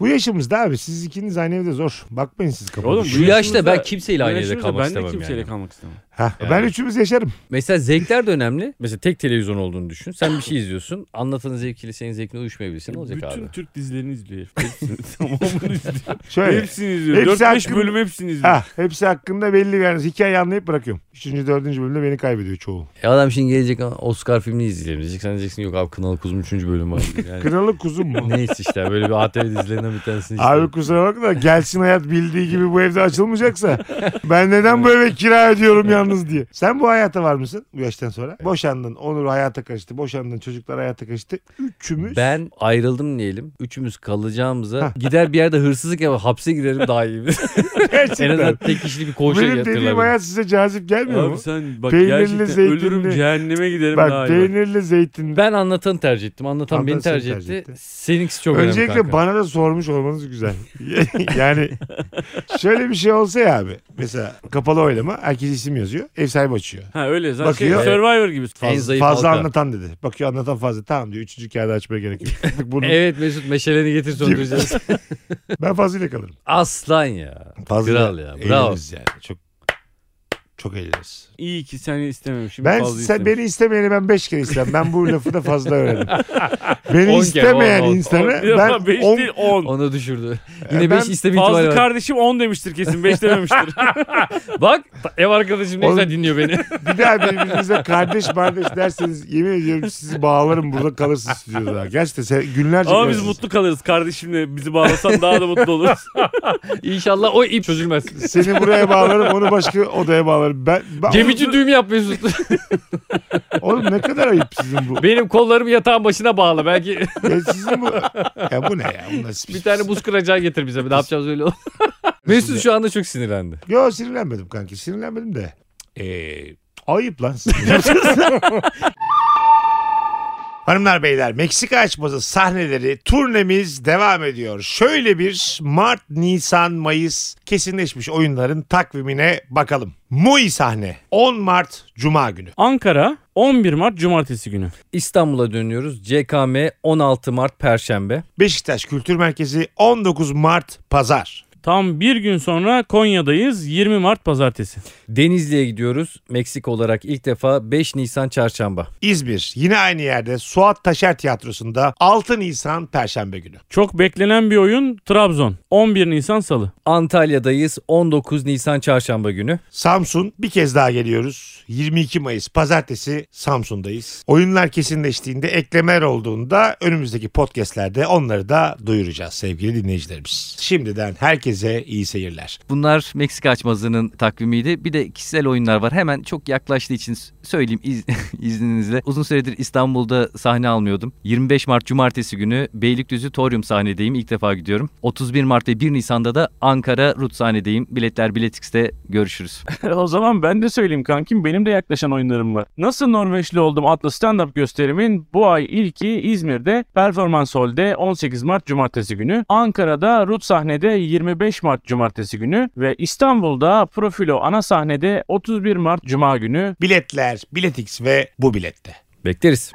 Speaker 1: Bu yaşımızda abi siz ikiniz aynı evde zor. Bakmayın siz kafanıza.
Speaker 3: Oğlum,
Speaker 2: Şu
Speaker 3: bu
Speaker 2: yaşta ben
Speaker 3: yaşımızda-
Speaker 2: kimseyle aynı evde
Speaker 3: Yaşımızda
Speaker 2: kalmak
Speaker 3: Ben de
Speaker 2: istemem
Speaker 3: kimseyle
Speaker 2: yani.
Speaker 3: kalmak istemem.
Speaker 1: Hah,
Speaker 2: Yani.
Speaker 1: Ben üçümüz yaşarım.
Speaker 2: Mesela zevkler de önemli. Mesela tek televizyon olduğunu düşün. Sen bir şey izliyorsun. Anlatanın zevkiyle senin zevkine uyuşmayabilirsin. Ne olacak
Speaker 3: Bütün
Speaker 2: abi?
Speaker 3: Türk dizilerini izliyor
Speaker 1: (laughs)
Speaker 3: herif. Hepsini. Tamamını izliyor.
Speaker 1: Şöyle.
Speaker 3: Hepsini izliyor.
Speaker 1: Hepsi
Speaker 3: 4-5
Speaker 1: hakkında-
Speaker 3: bölüm hepsini izliyor.
Speaker 1: Ha, hepsi hakkında belli bir yani hikayeyi anlayıp bırakıyorum. Üçüncü, dördüncü bölümde beni kaybediyor çoğu.
Speaker 2: E adam şimdi gelecek Oscar filmini izleyelim diyecek. Sen diyeceksin yok abi Kınalı Kuzum 3. bölüm var. Yani
Speaker 1: Kınalı kuzum mu?
Speaker 2: neyse işte böyle bir ATV dizilerinden bir tanesini işte.
Speaker 1: Abi kusura bakma da gelsin hayat bildiği gibi bu evde açılmayacaksa ben neden bu eve kira ediyorum yalnız diye. Sen bu hayata var mısın bu yaştan sonra? Boşandın, Onur hayata karıştı, boşandın, çocuklar hayata karıştı. Üçümüz.
Speaker 2: Ben ayrıldım diyelim. Üçümüz kalacağımıza
Speaker 1: Hah.
Speaker 2: gider bir yerde hırsızlık yapıp hapse girerim daha (laughs) iyi. en azından
Speaker 1: (laughs) Gerçekten.
Speaker 2: tek kişilik bir koğuşa
Speaker 1: Benim dediğim
Speaker 2: yatırılabilirim.
Speaker 1: hayat size cazip gelmiyor
Speaker 3: Abi
Speaker 1: mu?
Speaker 3: sen bak
Speaker 1: Peynirli,
Speaker 3: gerçekten
Speaker 1: zeytinli.
Speaker 3: ölürüm cehenneme giderim daha
Speaker 1: Bak
Speaker 3: iyi. bak.
Speaker 1: peynirli zeytinli.
Speaker 2: Ben anlatanı tercih ettim. Anlatan,
Speaker 1: Anlatan
Speaker 2: beni
Speaker 1: seni
Speaker 2: tercih etti.
Speaker 1: tercih etti.
Speaker 2: Seninkisi çok
Speaker 1: Öncelikle
Speaker 2: önemli kanka.
Speaker 1: bana da sormuş olmanız güzel. (laughs) yani şöyle bir şey olsa ya abi. Mesela kapalı oylama herkes isim yazıyor. Ev sahibi açıyor.
Speaker 3: Ha öyle zaten şey,
Speaker 1: Bakıyor.
Speaker 3: Survivor gibi.
Speaker 2: En
Speaker 3: Fazla.
Speaker 2: zayıf
Speaker 1: fazla
Speaker 2: halka.
Speaker 1: anlatan dedi. Bakıyor anlatan fazla. Tamam diyor. Üçüncü kağıdı açmaya gerek yok.
Speaker 2: (laughs)
Speaker 1: Bunu
Speaker 2: Evet Mesut meşaleni
Speaker 1: (laughs)
Speaker 2: getir söndüreceğiz.
Speaker 1: ben fazlıyla kalırım.
Speaker 2: Aslan ya.
Speaker 1: Fazla
Speaker 2: Kral ya, bravo.
Speaker 1: eğleniriz yani. Çok çok eğleniriz.
Speaker 3: İyi ki seni istememişim.
Speaker 1: Ben
Speaker 3: fazla
Speaker 1: sen, beni istemeyeni ben beş kere istem. Ben bu lafı da fazla
Speaker 2: (laughs)
Speaker 1: öğrendim. Beni
Speaker 2: On
Speaker 1: istemeyen
Speaker 2: kere, on, on.
Speaker 1: insanı
Speaker 3: ben
Speaker 1: ben
Speaker 3: 5
Speaker 1: on,
Speaker 3: değil 10.
Speaker 2: Onu düşürdü. (laughs)
Speaker 1: ben
Speaker 2: Yine 5 isteme ihtimali
Speaker 3: Fazla
Speaker 2: var.
Speaker 3: kardeşim 10 demiştir kesin 5 (laughs) dememiştir.
Speaker 2: Bak ev arkadaşım ne
Speaker 1: Oğlum-
Speaker 2: güzel dinliyor beni.
Speaker 1: (laughs) bir daha birbirinize kardeş kardeş derseniz yemin ediyorum sizi bağlarım burada kalırsınız stüdyoda. Gerçekten sen, günlerce
Speaker 3: Ama biz
Speaker 1: kalırsınız.
Speaker 3: mutlu kalırız kardeşimle bizi bağlasan daha da mutlu oluruz.
Speaker 2: İnşallah o
Speaker 1: (laughs)
Speaker 2: ip çözülmez.
Speaker 1: Seni buraya bağlarım onu başka odaya bağlarım. Ben, ben-
Speaker 2: Gemici düğüm yap Mesut. (laughs)
Speaker 1: Oğlum ne kadar ayıp sizin bu.
Speaker 2: Benim kollarımı yatağın başına bağla. Belki (laughs)
Speaker 1: Ya sizin bu. Ya bu ne ya? Bu nasıl
Speaker 2: bir tane buz kıracağı getir bize. Ne yapacağız
Speaker 1: (laughs)
Speaker 2: öyle olur. Mesut şu anda çok sinirlendi.
Speaker 1: Yo sinirlenmedim kanki. Sinirlenmedim de. Ee, ayıp lan. (laughs) Hanımlar beyler Meksika açması sahneleri turnemiz devam ediyor. Şöyle bir Mart, Nisan, Mayıs kesinleşmiş oyunların takvimine bakalım. Muy sahne 10 Mart Cuma günü.
Speaker 3: (laughs) Ankara 11 Mart Cumartesi günü.
Speaker 2: İstanbul'a dönüyoruz. CKM 16 Mart Perşembe.
Speaker 1: Beşiktaş Kültür Merkezi 19 Mart Pazar.
Speaker 3: Tam bir gün sonra Konya'dayız 20 Mart Pazartesi.
Speaker 2: Denizli'ye gidiyoruz. Meksika olarak ilk defa 5 Nisan Çarşamba.
Speaker 1: İzmir yine aynı yerde Suat Taşer Tiyatrosu'nda 6 Nisan Perşembe günü.
Speaker 3: Çok beklenen bir oyun Trabzon 11 Nisan Salı.
Speaker 2: Antalya'dayız 19 Nisan Çarşamba günü.
Speaker 1: Samsun bir kez daha geliyoruz. 22 Mayıs pazartesi Samsun'dayız. Oyunlar kesinleştiğinde eklemeler olduğunda önümüzdeki podcastlerde onları da duyuracağız sevgili dinleyicilerimiz. Şimdiden herkese iyi seyirler.
Speaker 4: Bunlar Meksika açmazının takvimiydi. Bir de kişisel oyunlar var. Hemen çok yaklaştığı için s- söyleyeyim iz- (laughs) izninizle. Uzun süredir İstanbul'da sahne almıyordum. 25 Mart Cumartesi günü Beylikdüzü Torium sahnedeyim. İlk defa gidiyorum. 31 Mart ve 1 Nisan'da da Ankara Rut sahnedeyim. Biletler Biletix'te görüşürüz.
Speaker 3: (laughs) o zaman ben de söyleyeyim kankim benim de yaklaşan oyunlarım var. Nasıl Norveçli oldum adlı stand-up gösterimin bu ay ilki İzmir'de Performans Hall'de 18 Mart Cumartesi günü. Ankara'da Rut sahnede 25 Mart Cumartesi günü ve İstanbul'da Profilo ana sahnede 31 Mart Cuma günü.
Speaker 1: Biletler, Biletix ve bu bilette.
Speaker 2: Bekleriz.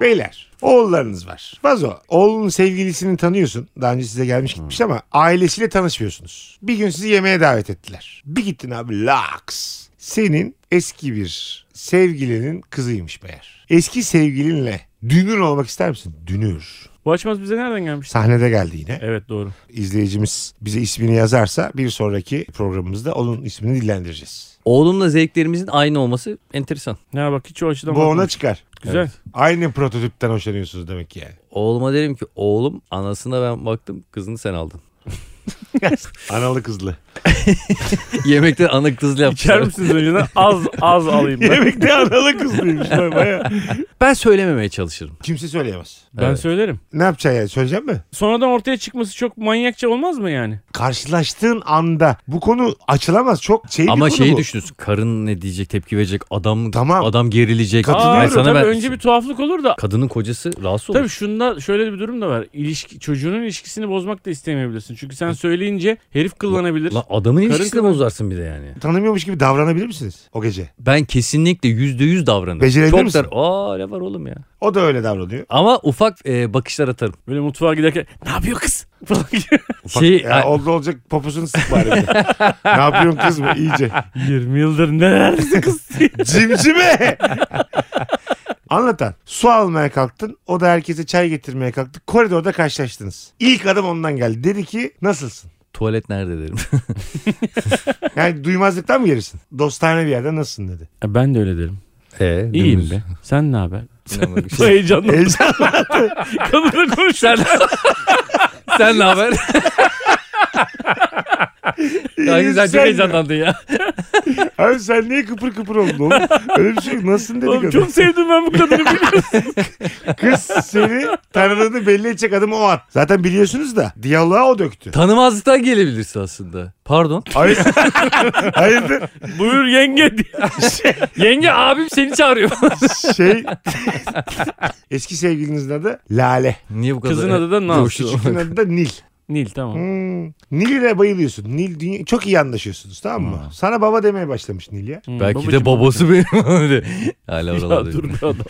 Speaker 1: Beyler oğullarınız var. Vazo oğlunun sevgilisini tanıyorsun. Daha önce size gelmiş gitmiş ama ailesiyle tanışmıyorsunuz. Bir gün sizi yemeğe davet ettiler. Bir gittin abi laks. Senin eski bir sevgilinin kızıymış meğer. Eski sevgilinle dünür olmak ister misin? Dünür.
Speaker 3: Bu açmaz bize nereden gelmiş?
Speaker 1: Sahnede geldi yine.
Speaker 3: Evet doğru.
Speaker 1: İzleyicimiz bize ismini yazarsa bir sonraki programımızda onun ismini dillendireceğiz.
Speaker 2: Oğlumla zevklerimizin aynı olması enteresan.
Speaker 3: Ya bak hiç o açıdan
Speaker 1: Bu ona
Speaker 3: bakmamış.
Speaker 1: çıkar.
Speaker 3: Güzel.
Speaker 1: Aynı prototipten hoşlanıyorsunuz demek ki yani.
Speaker 2: Oğluma derim ki oğlum anasına ben baktım kızını sen aldın. (laughs)
Speaker 1: Analı kızlı.
Speaker 2: Yemekte ana kızlı
Speaker 3: İçer
Speaker 2: yapmışlar.
Speaker 3: misiniz önceden? Az az alayım ben.
Speaker 1: Yemekte analı kızlıymış. lan, Bayağı.
Speaker 2: Ben söylememeye çalışırım.
Speaker 1: Kimse söyleyemez.
Speaker 3: Ben
Speaker 2: Evet.
Speaker 3: söylerim.
Speaker 1: Ne yapacaksın yani? Söyleyecek mi?
Speaker 3: Sonradan ortaya çıkması çok manyakça olmaz mı yani?
Speaker 1: Karşılaştığın anda bu konu açılamaz. Çok şey bir
Speaker 2: Ama
Speaker 1: konu
Speaker 2: şeyi
Speaker 1: bu.
Speaker 2: düşünürsün. Karın ne diyecek, tepki verecek, adam
Speaker 1: Tamam.
Speaker 2: adam gerilecek.
Speaker 1: Katılıyorum.
Speaker 2: Ben
Speaker 3: Aa,
Speaker 2: sana
Speaker 3: tabii
Speaker 2: ben-
Speaker 3: önce bir tuhaflık olur da.
Speaker 2: (laughs) Kadının kocası rahatsız olur.
Speaker 3: Tabii şunda şöyle bir durum da var. İlişki, çocuğunun ilişkisini bozmak da istemeyebilirsin. Çünkü sen söyleyince herif kullanabilir.
Speaker 2: Lan adamın
Speaker 3: Karın
Speaker 2: ilişkisini
Speaker 3: kadın-
Speaker 2: bozarsın bir de yani.
Speaker 1: Tanımıyormuş gibi davranabilir misiniz o gece?
Speaker 2: Ben kesinlikle yüzde yüz davranırım.
Speaker 1: Becerebilir
Speaker 2: Çok
Speaker 1: misin?
Speaker 2: der, Aa ne var oğlum ya.
Speaker 1: O da öyle davranıyor.
Speaker 2: Ama ufak e, bakışlar atarım.
Speaker 3: Böyle mutfağa giderken ne yapıyor kız? (laughs) Falan gibi.
Speaker 1: Ufak,
Speaker 2: Şey,
Speaker 1: ya
Speaker 2: ay-
Speaker 1: oldu olacak poposunu sık bari. bir de. ne yapıyorsun kız mı? İyice.
Speaker 3: 20 yıldır nerelerdesin (laughs) kız?
Speaker 1: Cimcime. Anlatan. Su almaya kalktın. O da herkese çay getirmeye kalktı. Koridorda karşılaştınız. İlk adım ondan geldi. Dedi ki nasılsın?
Speaker 2: Tuvalet nerede
Speaker 3: (laughs)
Speaker 2: derim.
Speaker 1: Yani duymazlıktan mı gelirsin? Dostane bir yerde nasılsın dedi.
Speaker 3: ben de öyle derim.
Speaker 2: e,
Speaker 3: İyiyim (laughs) be. Sen ne haber?
Speaker 2: İnanılmaz bir
Speaker 3: Bu
Speaker 2: şey.
Speaker 3: heyecanla
Speaker 1: Heyecan.
Speaker 3: kadınla konuşuyor. (laughs)
Speaker 2: Sen ne haber? Daha güzel çok
Speaker 1: Sen-
Speaker 2: heyecanlandın ya.
Speaker 1: Abi sen niye kıpır kıpır oldun oğlum? Öyle bir şey yok. Nasılsın dedi
Speaker 3: Oğlum
Speaker 1: kadın.
Speaker 3: çok sevdim ben bu kadını (laughs) biliyorum.
Speaker 1: Kız seni tanıdığını belli edecek adımı o at. Zaten biliyorsunuz da diyaloğa o döktü.
Speaker 2: (laughs) Tanımazlıktan gelebilirsin aslında. Pardon.
Speaker 1: Hayır. Hayırdır?
Speaker 3: Buyur yenge diye.
Speaker 2: Yenge abim seni çağırıyor.
Speaker 1: Şey eski sevgilinizin adı Lale.
Speaker 2: Niye bu kadar?
Speaker 3: Kızın adı da Naz.
Speaker 2: coştu?
Speaker 1: Küçük'ün adı da Nil.
Speaker 3: Nil tamam.
Speaker 1: Hmm. Nil'e bayılıyorsun. Nil dünya... çok iyi anlaşıyorsunuz tamam mı? Sana baba demeye başlamış Nil ya.
Speaker 3: Hmm,
Speaker 2: (laughs) Belki
Speaker 3: babacığım.
Speaker 2: de babası benim. (laughs) Hala
Speaker 3: (laughs) Ya
Speaker 2: oralarda.
Speaker 3: dur be adam.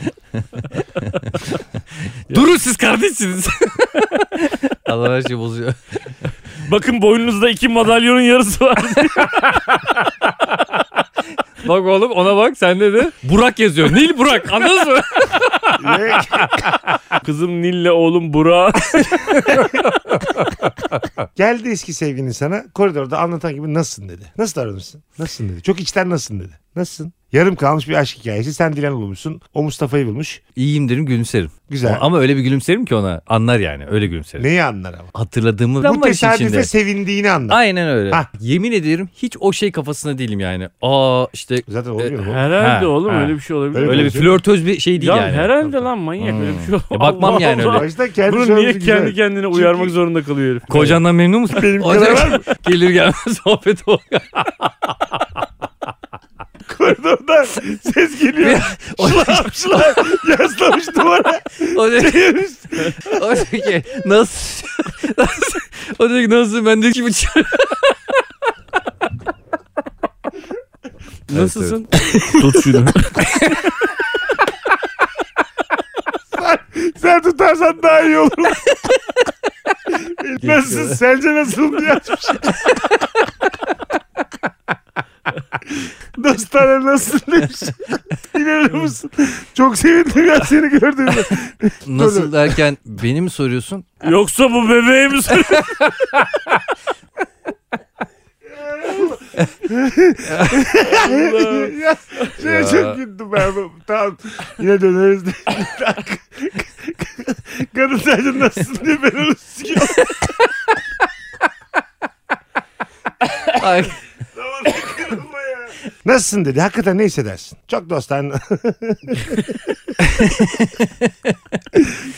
Speaker 2: Durun
Speaker 3: (laughs)
Speaker 2: siz kardeşsiniz. (laughs) Allah her şeyi bozuyor.
Speaker 3: Bakın boynunuzda iki madalyonun yarısı
Speaker 2: (laughs)
Speaker 3: var.
Speaker 2: Bak oğlum ona bak sende de. Burak yazıyor. Nil Burak anladınız mı?
Speaker 1: Ve
Speaker 3: Kızım Nil'le oğlum Burak.
Speaker 1: geldi eski sevgilin sana koridorda anlatan gibi nasılsın dedi. Nasıl davranırsın? Nasılsın dedi. Çok içten nasılsın dedi. Nasılsın? Yarım kalmış bir aşk hikayesi. Sen Dilan olmuşsun. O Mustafa'yı bulmuş.
Speaker 2: İyiyim derim gülümserim.
Speaker 1: Güzel.
Speaker 2: Ama öyle bir gülümserim ki ona. Anlar yani öyle gülümserim.
Speaker 1: Neyi anlar ama?
Speaker 2: Hatırladığımı
Speaker 1: Bu
Speaker 2: var işin
Speaker 1: tesadüfe
Speaker 2: içinde.
Speaker 1: sevindiğini anlar.
Speaker 2: Aynen öyle.
Speaker 1: Hah.
Speaker 2: Yemin ediyorum hiç o şey kafasına değilim yani. Aa işte
Speaker 1: Zaten
Speaker 3: E,
Speaker 1: oluyor bu.
Speaker 3: Herhalde
Speaker 2: Ha,
Speaker 3: oğlum
Speaker 2: ha.
Speaker 3: öyle bir şey olabilir.
Speaker 1: Öyle
Speaker 3: mi?
Speaker 2: öyle bir flörtöz bir şey değil
Speaker 3: ya
Speaker 2: yani.
Speaker 3: herhalde lan manyak öyle bir şey
Speaker 2: Ya E, bakmam
Speaker 3: Allah
Speaker 2: yani
Speaker 3: Allah.
Speaker 2: öyle.
Speaker 1: O yüzden kendi
Speaker 3: Bunu niye
Speaker 1: sorumuzu
Speaker 3: kendi
Speaker 1: güzel- (laughs)
Speaker 3: kendine uyarmak zorunda kalıyor herif?
Speaker 2: Kocandan memnun musun?
Speaker 1: Benim
Speaker 2: O
Speaker 1: kadar
Speaker 2: yüzden (laughs) Gelir gelmez sohbet o.
Speaker 1: Koridorda ses geliyor. Şılap şılap yaslamış duvara.
Speaker 2: O diyor ki, o diyor ki nasıl? (laughs) nasıl- o diyor ki nasıl? Ben de iki buçuk.
Speaker 3: Nasılsın? (laughs) Tut şunu.
Speaker 1: Sen tutarsan daha iyi olur. nasıl? Sence nasıl diye açmış. Dostane nasıl demiş. İnanır mısın? Çok sevindim ya seni gördüğümde.
Speaker 2: Nasıl derken beni mi soruyorsun?
Speaker 3: Yoksa bu bebeği mi soruyor? Allah.
Speaker 1: (laughs) ya, şey
Speaker 2: Ya.
Speaker 1: çok gittim ben. bu- Tamam. Yine döneriz. (laughs) de. Kadın sadece nasılsın diye ben onu sikiyorum.
Speaker 2: Ay,
Speaker 1: Aman (laughs) kırılma ya. Nasılsın dedi. Hakikaten ne hissedersin? Çok
Speaker 2: (laughs)
Speaker 1: dostane.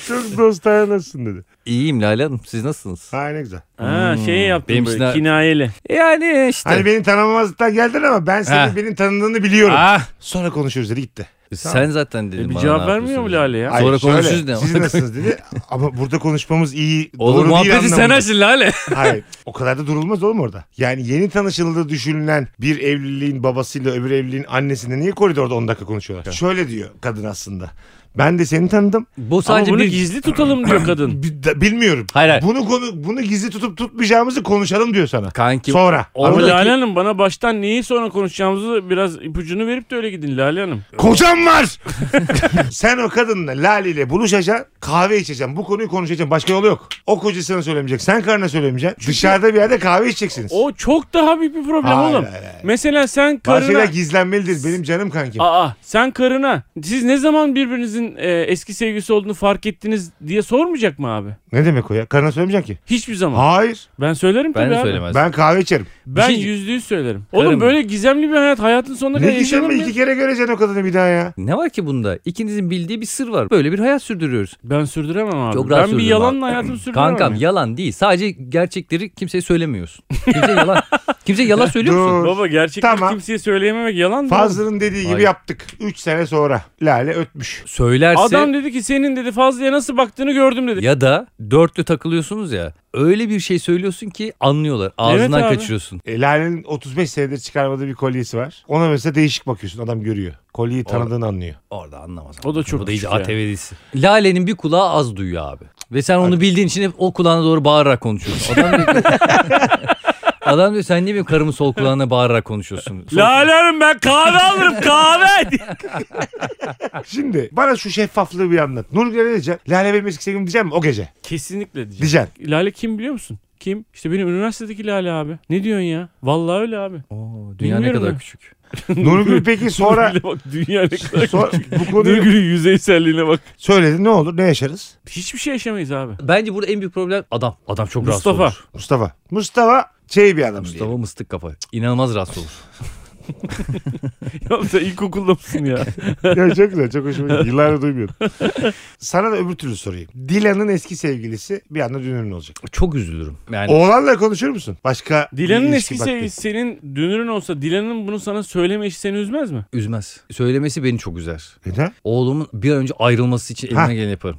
Speaker 1: Çok dostane nasılsın dedi.
Speaker 2: iyiyim Lale Hanım. Siz nasılsınız?
Speaker 1: Ha ne güzel.
Speaker 3: (laughs) Ha şey yaptım
Speaker 2: Hmm. Benim
Speaker 3: böyle
Speaker 2: silah-
Speaker 3: kinayeli.
Speaker 2: Yani işte.
Speaker 1: Hani beni tanımamazlıktan geldin ama ben seni
Speaker 2: Ha.
Speaker 1: benim tanıdığını biliyorum.
Speaker 2: Ah,
Speaker 1: Sonra konuşuruz dedi gitti.
Speaker 2: sen zaten dedin
Speaker 3: E, bir
Speaker 2: bana
Speaker 3: cevap
Speaker 2: ne
Speaker 3: vermiyor mu
Speaker 2: yapıyorsun?
Speaker 3: Lale ya?
Speaker 2: Ay, Sonra konuşuruz ne?
Speaker 1: Siz nasılsınız dedi. Ama burada konuşmamız iyi.
Speaker 2: (laughs) Oğlum
Speaker 1: doğru değil
Speaker 2: muhabbeti sen
Speaker 1: anlamında.
Speaker 2: açın Lale.
Speaker 1: Hayır. O kadar da durulmaz oğlum orada. Yani yeni tanışıldığı düşünülen bir evliliğin babasıyla öbür evliliğin annesinde niye koridorda 10 dakika konuşuyorlar? Şöyle diyor kadın aslında. Ben de seni tanıdım.
Speaker 2: Bu
Speaker 3: Sadece
Speaker 2: sadece
Speaker 3: Ama bunu
Speaker 2: bir...
Speaker 3: gizli tutalım diyor
Speaker 2: (laughs)
Speaker 3: kadın.
Speaker 1: Bi- da- Bilmiyorum.
Speaker 2: Hayır hayır.
Speaker 1: Bunu konu bunu gizli tutup tutmayacağımızı konuşalım diyor sana.
Speaker 2: Kanki
Speaker 1: Sonra.
Speaker 3: Ama
Speaker 2: Oradaki-
Speaker 3: Lale Hanım bana baştan neyi sonra konuşacağımızı biraz ipucunu verip de öyle gidin Lale Hanım.
Speaker 1: Kocam var. (laughs) Sen o kadınla Lale ile buluşacaksın. Kahve içeceksin. Bu konuyu konuşacaksın. Başka yolu yok. O kocasına söylemeyecek. Sen karına söylemeyeceksin. Dışarıda bir yerde kahve içeceksiniz.
Speaker 3: O çok daha büyük bir problem
Speaker 1: Hayır,
Speaker 3: oğlum.
Speaker 1: hayır, hayır.
Speaker 3: Mesela sen
Speaker 1: Bazı
Speaker 3: karına...
Speaker 1: şeyler gizlenmelidir. Benim canım kankim.
Speaker 3: Aa sen karına siz ne zaman birbirinizin e, eski sevgisi olduğunu fark ettiniz diye sormayacak mı abi?
Speaker 1: Ne demek o ya? Karına söylemeyeceksin ki.
Speaker 3: Hiçbir zaman.
Speaker 1: Hayır.
Speaker 3: Ben söylerim
Speaker 2: ben
Speaker 3: tabii
Speaker 2: de
Speaker 3: abi.
Speaker 2: söylemez.
Speaker 1: Ben kahve içerim.
Speaker 3: Ben
Speaker 2: Bir şey-
Speaker 3: yüzde yüz söylerim.
Speaker 2: Karım-
Speaker 3: Oğlum böyle gizemli bir hayat hayatın sonuna kadar
Speaker 1: Ne
Speaker 3: yaşanır
Speaker 1: gizemli?
Speaker 3: mı? ya?
Speaker 1: İki kere göreceksin o kadını bir daha ya.
Speaker 2: Ne var ki bunda? İkinizin bildiği bir sır var. Böyle bir hayat sürdürüyoruz.
Speaker 3: Ben sürdüremem abi.
Speaker 2: Çok rahat
Speaker 3: ben bir
Speaker 2: sürdürürüm
Speaker 3: yalanla
Speaker 2: abi.
Speaker 3: hayatımı sürdüremem.
Speaker 2: Kankam
Speaker 3: ya.
Speaker 2: yalan değil. Sadece gerçekleri kimseye söylemiyorsun.
Speaker 3: (laughs)
Speaker 2: Kimse yalan. Kimse yalan söylüyor musun?
Speaker 1: Dur.
Speaker 3: Baba gerçekten
Speaker 1: Tamam.
Speaker 3: kimseye söyleyememek yalan mı?
Speaker 1: Fazlının dediği gibi
Speaker 2: Hayır.
Speaker 1: yaptık. 3 sene sonra. Lale ötmüş.
Speaker 2: Söylerse
Speaker 3: Adam dedi ki senin dedi Fazlı'ya nasıl baktığını gördüm dedi.
Speaker 2: ya da dörtlü takılıyorsunuz ya. Öyle bir şey söylüyorsun ki anlıyorlar. Ağzından
Speaker 3: abi.
Speaker 2: kaçırıyorsun.
Speaker 1: E, Lale'nin 35 senedir çıkarmadığı bir kolyesi var. Ona mesela değişik bakıyorsun. Adam görüyor. Kolyeyi tanıdığını anlıyor.
Speaker 2: Orada anlamaz.
Speaker 3: O da çok
Speaker 2: Bu da iyice
Speaker 3: küçük ya.
Speaker 2: ATV'lisi. Lale'nin bir kulağı az duyuyor abi. Ve sen onu bildiğin için hep o kulağına doğru bağırarak konuşuyorsun. Adam diyor, ki- Adam diyor sen niye benim karımın sol kulağına bağırarak konuşuyorsun? Sol-
Speaker 3: Lale Hanım ben kahve
Speaker 2: (laughs)
Speaker 3: alırım kahve. diye.
Speaker 1: Şimdi bana şu şeffaflığı bir anlat. Nurgül'e ne diyeceksin? Lale benim eski sevgilim diyeceksin mi o gece?
Speaker 3: Kesinlikle diyeceğim. (laughs)
Speaker 1: Diyeceksin.
Speaker 3: Lale kim biliyor musun? Kim? İşte benim üniversitedeki Lale abi. Ne diyorsun ya? Vallahi öyle abi.
Speaker 2: Oo, dünya ne
Speaker 3: Bilmiyorum
Speaker 2: kadar
Speaker 3: ya.
Speaker 2: küçük.
Speaker 1: Nurgül peki
Speaker 3: (laughs)
Speaker 1: sonra...
Speaker 3: Nurgül'e bak dünya ne kadar.
Speaker 1: sonra bu konuyu
Speaker 3: Nurgül'ün yüzeyselliğine bak.
Speaker 1: söyledi ne olur ne yaşarız?
Speaker 3: Hiçbir şey yaşamayız abi.
Speaker 2: Bence burada en büyük problem adam. Adam çok
Speaker 3: Mustafa.
Speaker 2: rahatsız olur.
Speaker 1: Mustafa. Mustafa şey bir adam diyelim.
Speaker 2: Mustafa mıstık kafa. İnanılmaz rahatsız olur.
Speaker 3: (laughs) Ya sen ilkokulda mısın ya?
Speaker 2: (laughs)
Speaker 1: ya çok güzel çok hoşuma gitti. Yıllardır duymuyordum. Sana da öbür türlü sorayım. Dilan'ın eski sevgilisi bir anda dünürün olacak.
Speaker 2: Çok üzülürüm. Yani
Speaker 1: Oğlanla konuşur musun? Başka bir
Speaker 3: Dilan'ın
Speaker 1: ilişki
Speaker 3: eski
Speaker 1: baktın.
Speaker 3: sevgilisi senin dünürün olsa Dilan'ın bunu sana söyleme işi seni üzmez mi?
Speaker 2: üzmez. Söylemesi beni çok üzer.
Speaker 1: Neden?
Speaker 2: Oğlumun bir an önce ayrılması için
Speaker 1: Ha.
Speaker 2: elimden geleni yaparım.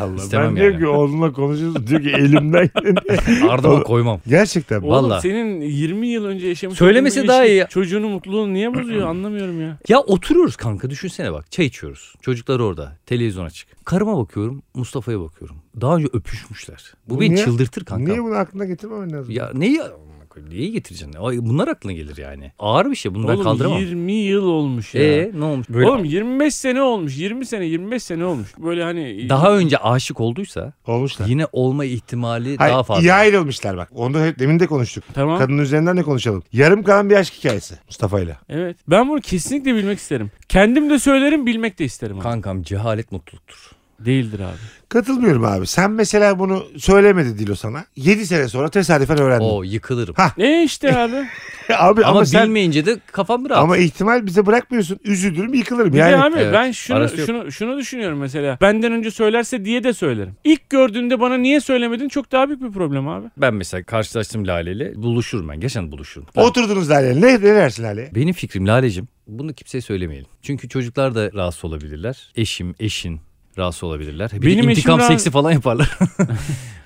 Speaker 1: Allah,
Speaker 2: İstemem
Speaker 1: ben diyor
Speaker 2: yani.
Speaker 1: ki oğlunla konuşuyorsun. Diyor ki elimden geleni.
Speaker 2: Ardıma koymam.
Speaker 1: Gerçekten mi?
Speaker 3: Oğlum
Speaker 2: Vallahi.
Speaker 3: senin 20 yıl önce yaşamış
Speaker 2: Söylemesi
Speaker 3: olduğun bir
Speaker 2: daha
Speaker 3: ilişki
Speaker 2: iyi.
Speaker 3: Çocuğunun mutluluğunu niye
Speaker 2: (clears throat)
Speaker 3: bozuyor anlamıyorum ya.
Speaker 2: Ya oturuyoruz kanka düşünsene bak çay içiyoruz. Çocuklar orada televizyon açık. Karıma bakıyorum Mustafa'ya bakıyorum. Daha önce öpüşmüşler. Bu
Speaker 1: Bu
Speaker 2: beni
Speaker 1: niye?
Speaker 2: çıldırtır kanka.
Speaker 1: Niye bunu aklına getirmemen lazım?
Speaker 2: Ya neyi amına koyayım, neyi getireceksin? Ay, Bunlar aklına gelir yani. Ağır bir şey bunu ben
Speaker 3: Oğlum
Speaker 2: kaldıramam.
Speaker 3: 20 yıl olmuş ya.
Speaker 2: E ne olmuş?
Speaker 3: Oğlum 25 sene olmuş. 20 sene 25 sene olmuş. Böyle hani
Speaker 2: daha önce aşık olduysa
Speaker 1: Olmuşlar.
Speaker 2: yine olma ihtimali
Speaker 1: Hayır,
Speaker 2: daha fazla.
Speaker 1: iyi ayrılmışlar bak. Onu da demin de konuştuk.
Speaker 3: Tamam.
Speaker 1: Kadının üzerinden de konuşalım. Yarım kalan bir aşk hikayesi Mustafa'yla.
Speaker 3: Evet. Ben bunu kesinlikle bilmek isterim. Kendim de söylerim, bilmek de isterim. abi.
Speaker 2: Kankam cehalet mutluluktur.
Speaker 3: Değildir abi.
Speaker 1: Katılmıyorum abi. Sen mesela bunu söylemedi Dilo sana. 7 sene sonra tesadüfen öğrendin.
Speaker 2: O yıkılırım.
Speaker 1: Ha,
Speaker 3: Ne E
Speaker 2: (laughs)
Speaker 3: işte abi?
Speaker 1: (laughs) abi
Speaker 2: ama
Speaker 1: ama, sen
Speaker 2: bilmeyince de kafam rahat.
Speaker 1: ama ihtimal bize bırakmıyorsun. Üzülürüm, yıkılırım.
Speaker 3: Bir de
Speaker 1: Yani
Speaker 3: abi
Speaker 2: Evet.
Speaker 3: ben şunu
Speaker 2: Arası yok.
Speaker 3: şunu şunu düşünüyorum mesela. Benden önce söylerse diye de söylerim. İlk gördüğünde bana niye söylemedin? Çok daha büyük bir problem abi.
Speaker 2: Ben mesela karşılaştım Lale'yle buluşurum ben. Geçen buluşurum.
Speaker 1: oturdunuz Lale'yle. Ne, ne dersin Lale'ye?
Speaker 2: Benim fikrim Lale'cim bunu kimseye söylemeyelim. Çünkü çocuklar da rahatsız olabilirler. Eşim, eşin rahatsız olabilirler. Bir
Speaker 3: Benim
Speaker 2: Benim intikam
Speaker 3: eşim
Speaker 2: seksi falan yaparlar.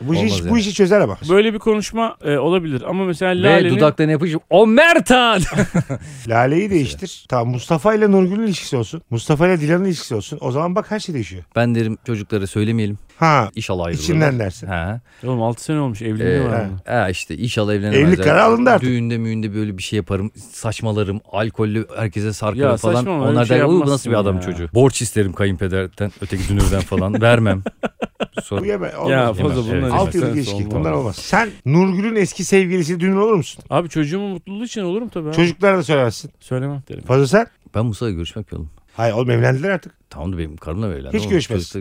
Speaker 1: Bu,
Speaker 2: Olmaz
Speaker 1: iş, bu
Speaker 2: yani.
Speaker 1: işi çözer ama.
Speaker 3: Böyle bir konuşma e, olabilir ama mesela
Speaker 2: Ve
Speaker 3: Lale'nin
Speaker 2: dudaklarına yapışıp o Mertan! (laughs)
Speaker 1: Lale'yi değiştir. Tamam Mustafa ile Nurgül'ün ilişkisi olsun. Mustafa ile Dilan'ın ilişkisi olsun. O zaman bak her şey değişiyor.
Speaker 2: ben derim çocuklara söylemeyelim.
Speaker 1: Ha
Speaker 2: İnşallah ayrılırlar.
Speaker 1: içinden dersin.
Speaker 2: Ha.
Speaker 3: Oğlum 6 sene olmuş
Speaker 2: Ee,
Speaker 3: evleniyorlar. ama.
Speaker 2: ha işte inşallah evlenemezler.
Speaker 1: Evlilik kararı alındı artık.
Speaker 2: Düğünde müğünde böyle bir şey yaparım. Saçmalarım. Alkollü herkese sarkarım
Speaker 3: Ya
Speaker 2: falan.
Speaker 3: saçmalama, öyle
Speaker 2: Onlar
Speaker 3: bir şey
Speaker 2: der "Uy, bu
Speaker 3: yapmazsın
Speaker 2: nasıl bir adam
Speaker 3: ya."
Speaker 2: çocuğu. Borç isterim kayınpederden. Öteki dünürden falan.
Speaker 1: (laughs)
Speaker 2: Vermem.
Speaker 1: Bu
Speaker 2: Sonra
Speaker 1: yeme. olmaz.
Speaker 3: Ya fazla
Speaker 2: Yemez,
Speaker 3: bunlar
Speaker 2: evet.
Speaker 3: yemez.
Speaker 1: Alt yıllık
Speaker 3: Sen
Speaker 1: ilişki.
Speaker 3: sorma.
Speaker 1: Bunlar olmaz. Sen Nurgül'ün eski sevgilisi dünür olur musun?
Speaker 3: Abi çocuğumun mutluluğu için olurum tabii. abi.
Speaker 1: Çocuklara da söylersin.
Speaker 3: Söylemem derim.
Speaker 1: Fazla sen?
Speaker 2: ben Musa'yla görüşmek yolum.
Speaker 1: Hayır oğlum evlendiler artık.
Speaker 2: Tamam da benim karımla böyle.
Speaker 1: Hiç görüşmez. İşte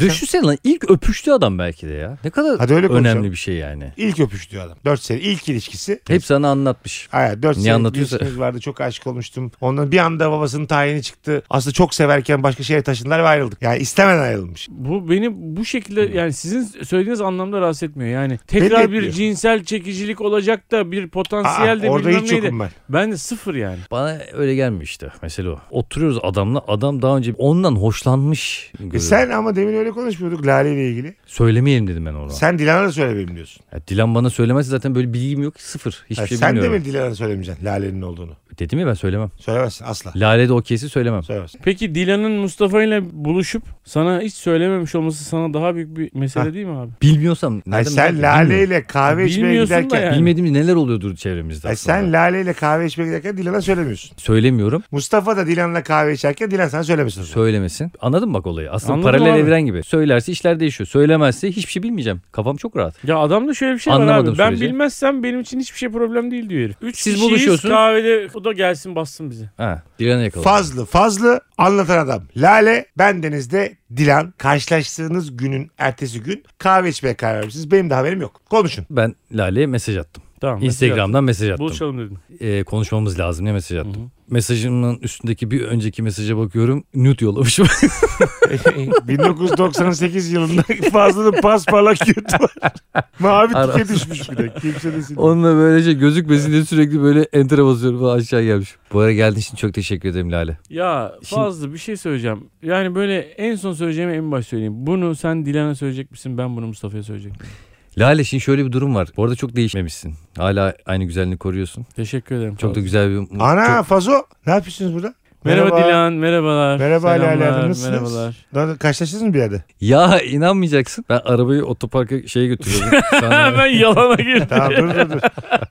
Speaker 2: Düşünsene lan ilk öpüştü adam belki de ya. Ne kadar
Speaker 1: Hadi öyle konuşalım.
Speaker 2: önemli bir şey yani.
Speaker 1: İlk öpüştüğü adam. 4 sene ilk ilişkisi.
Speaker 2: Hep sana anlatmış.
Speaker 1: Hayır 4
Speaker 2: Ne
Speaker 1: sene
Speaker 2: anlatıyorsa.
Speaker 1: ilişkimiz vardı çok aşık olmuştum. Ondan bir anda babasının tayini çıktı. Aslında çok severken başka şehre taşındılar ve ayrıldık. Yani istemeden ayrılmış.
Speaker 3: Bu beni bu şekilde yani sizin söylediğiniz anlamda rahatsız etmiyor. Yani tekrar bir
Speaker 1: etmiyor.
Speaker 3: cinsel çekicilik olacak da bir
Speaker 1: Aa,
Speaker 3: potansiyel de
Speaker 1: orada
Speaker 3: bilmem
Speaker 1: hiç
Speaker 3: neydi.
Speaker 1: yokum ben.
Speaker 3: Ben de sıfır yani.
Speaker 2: Bana öyle gelmiyor işte. Mesela o. Oturuyoruz adamla. Adam daha önce ondan hoşlanmış.
Speaker 1: E
Speaker 2: görüyorum.
Speaker 1: sen ama demin öyle konuşmuyorduk Lale ile ilgili.
Speaker 2: Söylemeyelim dedim ben ona.
Speaker 1: Sen Dilan'a da söylemeyelim diyorsun.
Speaker 2: Ya Dilan bana söylemez zaten böyle bilgim yok. Sıfır. Hiçbir
Speaker 1: Ha,
Speaker 2: şey
Speaker 1: E sen de
Speaker 2: bilmiyorum.
Speaker 1: mi Dilan'a söylemeyeceksin Lale'nin olduğunu?
Speaker 2: Dedim ya ben söylemem.
Speaker 1: Söylemezsin asla.
Speaker 2: Lale'de okeysi söylemem.
Speaker 1: Söylemezsin.
Speaker 3: Peki Dilan'ın Mustafa ile buluşup sana hiç söylememiş olması sana daha büyük bir mesele
Speaker 1: Hah.
Speaker 3: değil mi abi?
Speaker 2: Bilmiyorsam
Speaker 1: Ay
Speaker 2: nereden
Speaker 1: E sen
Speaker 2: bilmiyorum.
Speaker 1: Lale ile kahve içmeye
Speaker 3: Bilmiyorsun da
Speaker 1: giderken.
Speaker 3: yani.
Speaker 2: Bilmediğimiz neler oluyordur çevremizde
Speaker 1: Ay
Speaker 2: aslında.
Speaker 1: E sen Lale ile kahve içmeye giderken Dilan'a söylemiyorsun.
Speaker 2: Söylemiyorum.
Speaker 1: Mustafa da Dilan'la kahve içerken Dilan sana söylemesin. o zaman.
Speaker 2: Söylemesin. Anladın mı bak olayı? Aslında
Speaker 3: Anladım
Speaker 2: paralel
Speaker 3: abi.
Speaker 2: evren gibi. Söylerse işler değişiyor. Söylemezse hiçbir şey bilmeyeceğim. Kafam çok rahat.
Speaker 3: Ya adamda şöyle bir şey var
Speaker 2: Anlamadım
Speaker 3: abi. Ben
Speaker 2: süreci.
Speaker 3: bilmezsem benim için hiçbir şey problem değil diyor herif. Üç
Speaker 2: Siz
Speaker 3: kişiyiz,
Speaker 2: buluşuyorsunuz.
Speaker 3: kahvede o da gelsin bassın bizi.
Speaker 2: Ha. Dilan'ı yakaladım.
Speaker 1: Fazlı fazlı anlatan adam. Lale ben denizde Dilan karşılaştığınız günün ertesi gün kahve içmeye karar vermişsiniz. Benim de haberim yok. Konuşun.
Speaker 2: Ben Lale'ye mesaj attım.
Speaker 3: Tamam.
Speaker 2: Instagram'dan mesaj attım.
Speaker 3: Buluşalım dedim.
Speaker 2: Ee, konuşmamız lazım diye mesaj attım. Mesajımın üstündeki bir önceki mesaja bakıyorum. Nude yollamışım. (laughs)
Speaker 1: 1998 yılında (laughs) Fazlı'nın pasparlak kötü var. Mavi tike
Speaker 2: Arası.
Speaker 1: düşmüş bir de. Kimse de silmiyor.
Speaker 2: Onunla böylece gözükmesin diye sürekli böyle enter'a basıyorum falan aşağı gelmiş. Bu ara geldiğin için çok teşekkür ederim Lale.
Speaker 3: Ya
Speaker 2: Şimdi-
Speaker 3: fazla bir şey söyleyeceğim. Yani böyle en son söyleyeceğimi en baş söyleyeyim. Bunu sen Dilan'a söyleyecek misin? Ben bunu Mustafa'ya söyleyecek miyim?
Speaker 2: Lale şimdi şöyle bir durum var. Bu arada çok değişmemişsin. Hala aynı güzelliğini koruyorsun.
Speaker 3: Teşekkür ederim.
Speaker 2: Çok da
Speaker 3: Fazlı.
Speaker 2: güzel bir...
Speaker 1: Ana
Speaker 2: Çok-
Speaker 1: Fazo ne yapıyorsunuz burada?
Speaker 3: Merhaba, Dilan, merhabalar.
Speaker 1: Merhaba Ali
Speaker 3: selamlar,
Speaker 1: Ali, nasılsınız? (laughs)
Speaker 3: Merhabalar.
Speaker 1: Lan Karşılaştınız mı bir yerde?
Speaker 2: Ya inanmayacaksın. Ben arabayı otoparka
Speaker 1: (laughs)
Speaker 2: şeye götürüyorum. Sana...
Speaker 3: Hemen yalana girdim.
Speaker 1: Tamam dur dur dur.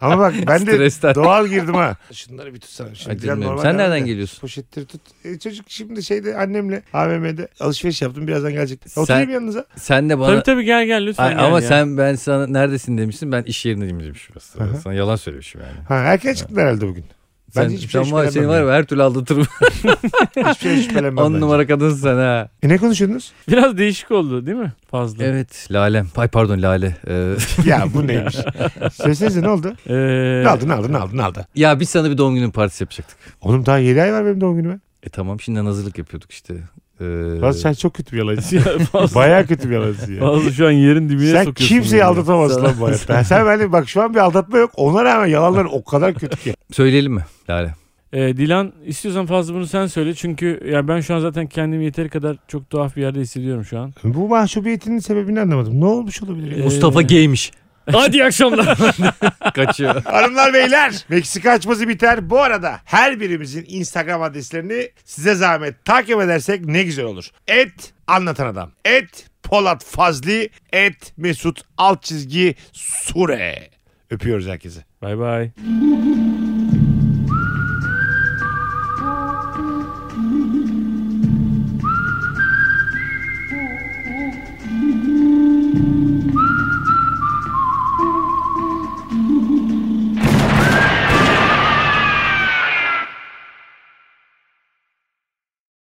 Speaker 1: Ama bak ben de
Speaker 2: (laughs)
Speaker 1: (laughs)
Speaker 2: Stresten.
Speaker 1: doğal girdim ha. Şunları bir tutsana. Şimdi
Speaker 2: Hadi
Speaker 1: Dilan
Speaker 2: bilmiyorum.
Speaker 1: normal
Speaker 2: Sen
Speaker 1: devam
Speaker 2: nereden
Speaker 1: eder.
Speaker 2: geliyorsun?
Speaker 1: Poşetleri tut. E, çocuk şimdi şeyde annemle AVM'de alışveriş yaptım. Birazdan gelecek.
Speaker 2: Sen-
Speaker 1: Oturayım yanınıza.
Speaker 2: Sen de
Speaker 3: (laughs)
Speaker 2: bana...
Speaker 3: Tabii tabii gel gel lütfen
Speaker 2: Ay,
Speaker 3: gel
Speaker 2: ama
Speaker 3: ya.
Speaker 2: sen ben sana neredesin demişsin ben iş yerindeyim demişim
Speaker 1: Hı
Speaker 2: aslında.
Speaker 1: hı.
Speaker 2: Sana yalan söylemişim yani.
Speaker 1: Ha, erken çıktın herhalde
Speaker 2: (laughs)
Speaker 1: bugün. Ben
Speaker 2: sen,
Speaker 1: hiçbir şey
Speaker 2: sen var,
Speaker 1: şüphelenmem
Speaker 2: seni var ya her türlü aldatırım.
Speaker 1: Hiçbir şey şüphelenmem
Speaker 2: On
Speaker 1: bence.
Speaker 2: numara kadınsın sen ha.
Speaker 1: E ne konuşuyordunuz?
Speaker 3: Biraz değişik oldu değil mi? Fazla.
Speaker 2: Evet. Lale. Ay pardon Lale. Ee, (laughs)
Speaker 1: ya bu neymiş? Söylesenize ne oldu?
Speaker 3: Ee, (laughs)
Speaker 1: Ne aldı ne aldı ne aldı ne aldı?
Speaker 2: ya biz sana bir doğum günü partisi yapacaktık.
Speaker 1: Oğlum daha 7 ay var benim doğum günüme.
Speaker 2: E tamam şimdiden hazırlık yapıyorduk işte. Ee,
Speaker 1: Fazla sen çok kötü bir
Speaker 2: (laughs)
Speaker 1: yalancısın. ya. (laughs)
Speaker 3: Fazla-
Speaker 1: Bayağı kötü bir yalancısın ya.
Speaker 3: Fazla şu an yerin dibine
Speaker 1: Sen
Speaker 3: sokuyorsun.
Speaker 1: kimseyi
Speaker 3: beni.
Speaker 1: aldatamazsın lan bu hayatta. Yani Sen bence bak şu an bir aldatma yok. Ona rağmen
Speaker 2: (laughs)
Speaker 1: yalanların o kadar kötü ki.
Speaker 2: Söyleyelim mi Lale?
Speaker 3: Ee, Dilan istiyorsan fazla bunu sen söyle. Çünkü ya ben şu an zaten kendimi yeteri kadar çok tuhaf bir yerde hissediyorum şu an.
Speaker 1: Bu mahcubiyetinin sebebini anlamadım. Ne olmuş olabilir? ya?
Speaker 2: Mustafa gaymiş.
Speaker 3: Hadi iyi akşamlar. (laughs)
Speaker 1: (laughs)
Speaker 2: Kaçıyor.
Speaker 1: Hanımlar beyler Meksika açması biter. Bu arada her birimizin Instagram adreslerini size zahmet takip edersek ne güzel olur. Et anlatan adam. Et Polat Fazli. Et Mesut alt çizgi Sure. Öpüyoruz herkese.
Speaker 3: Bay bay.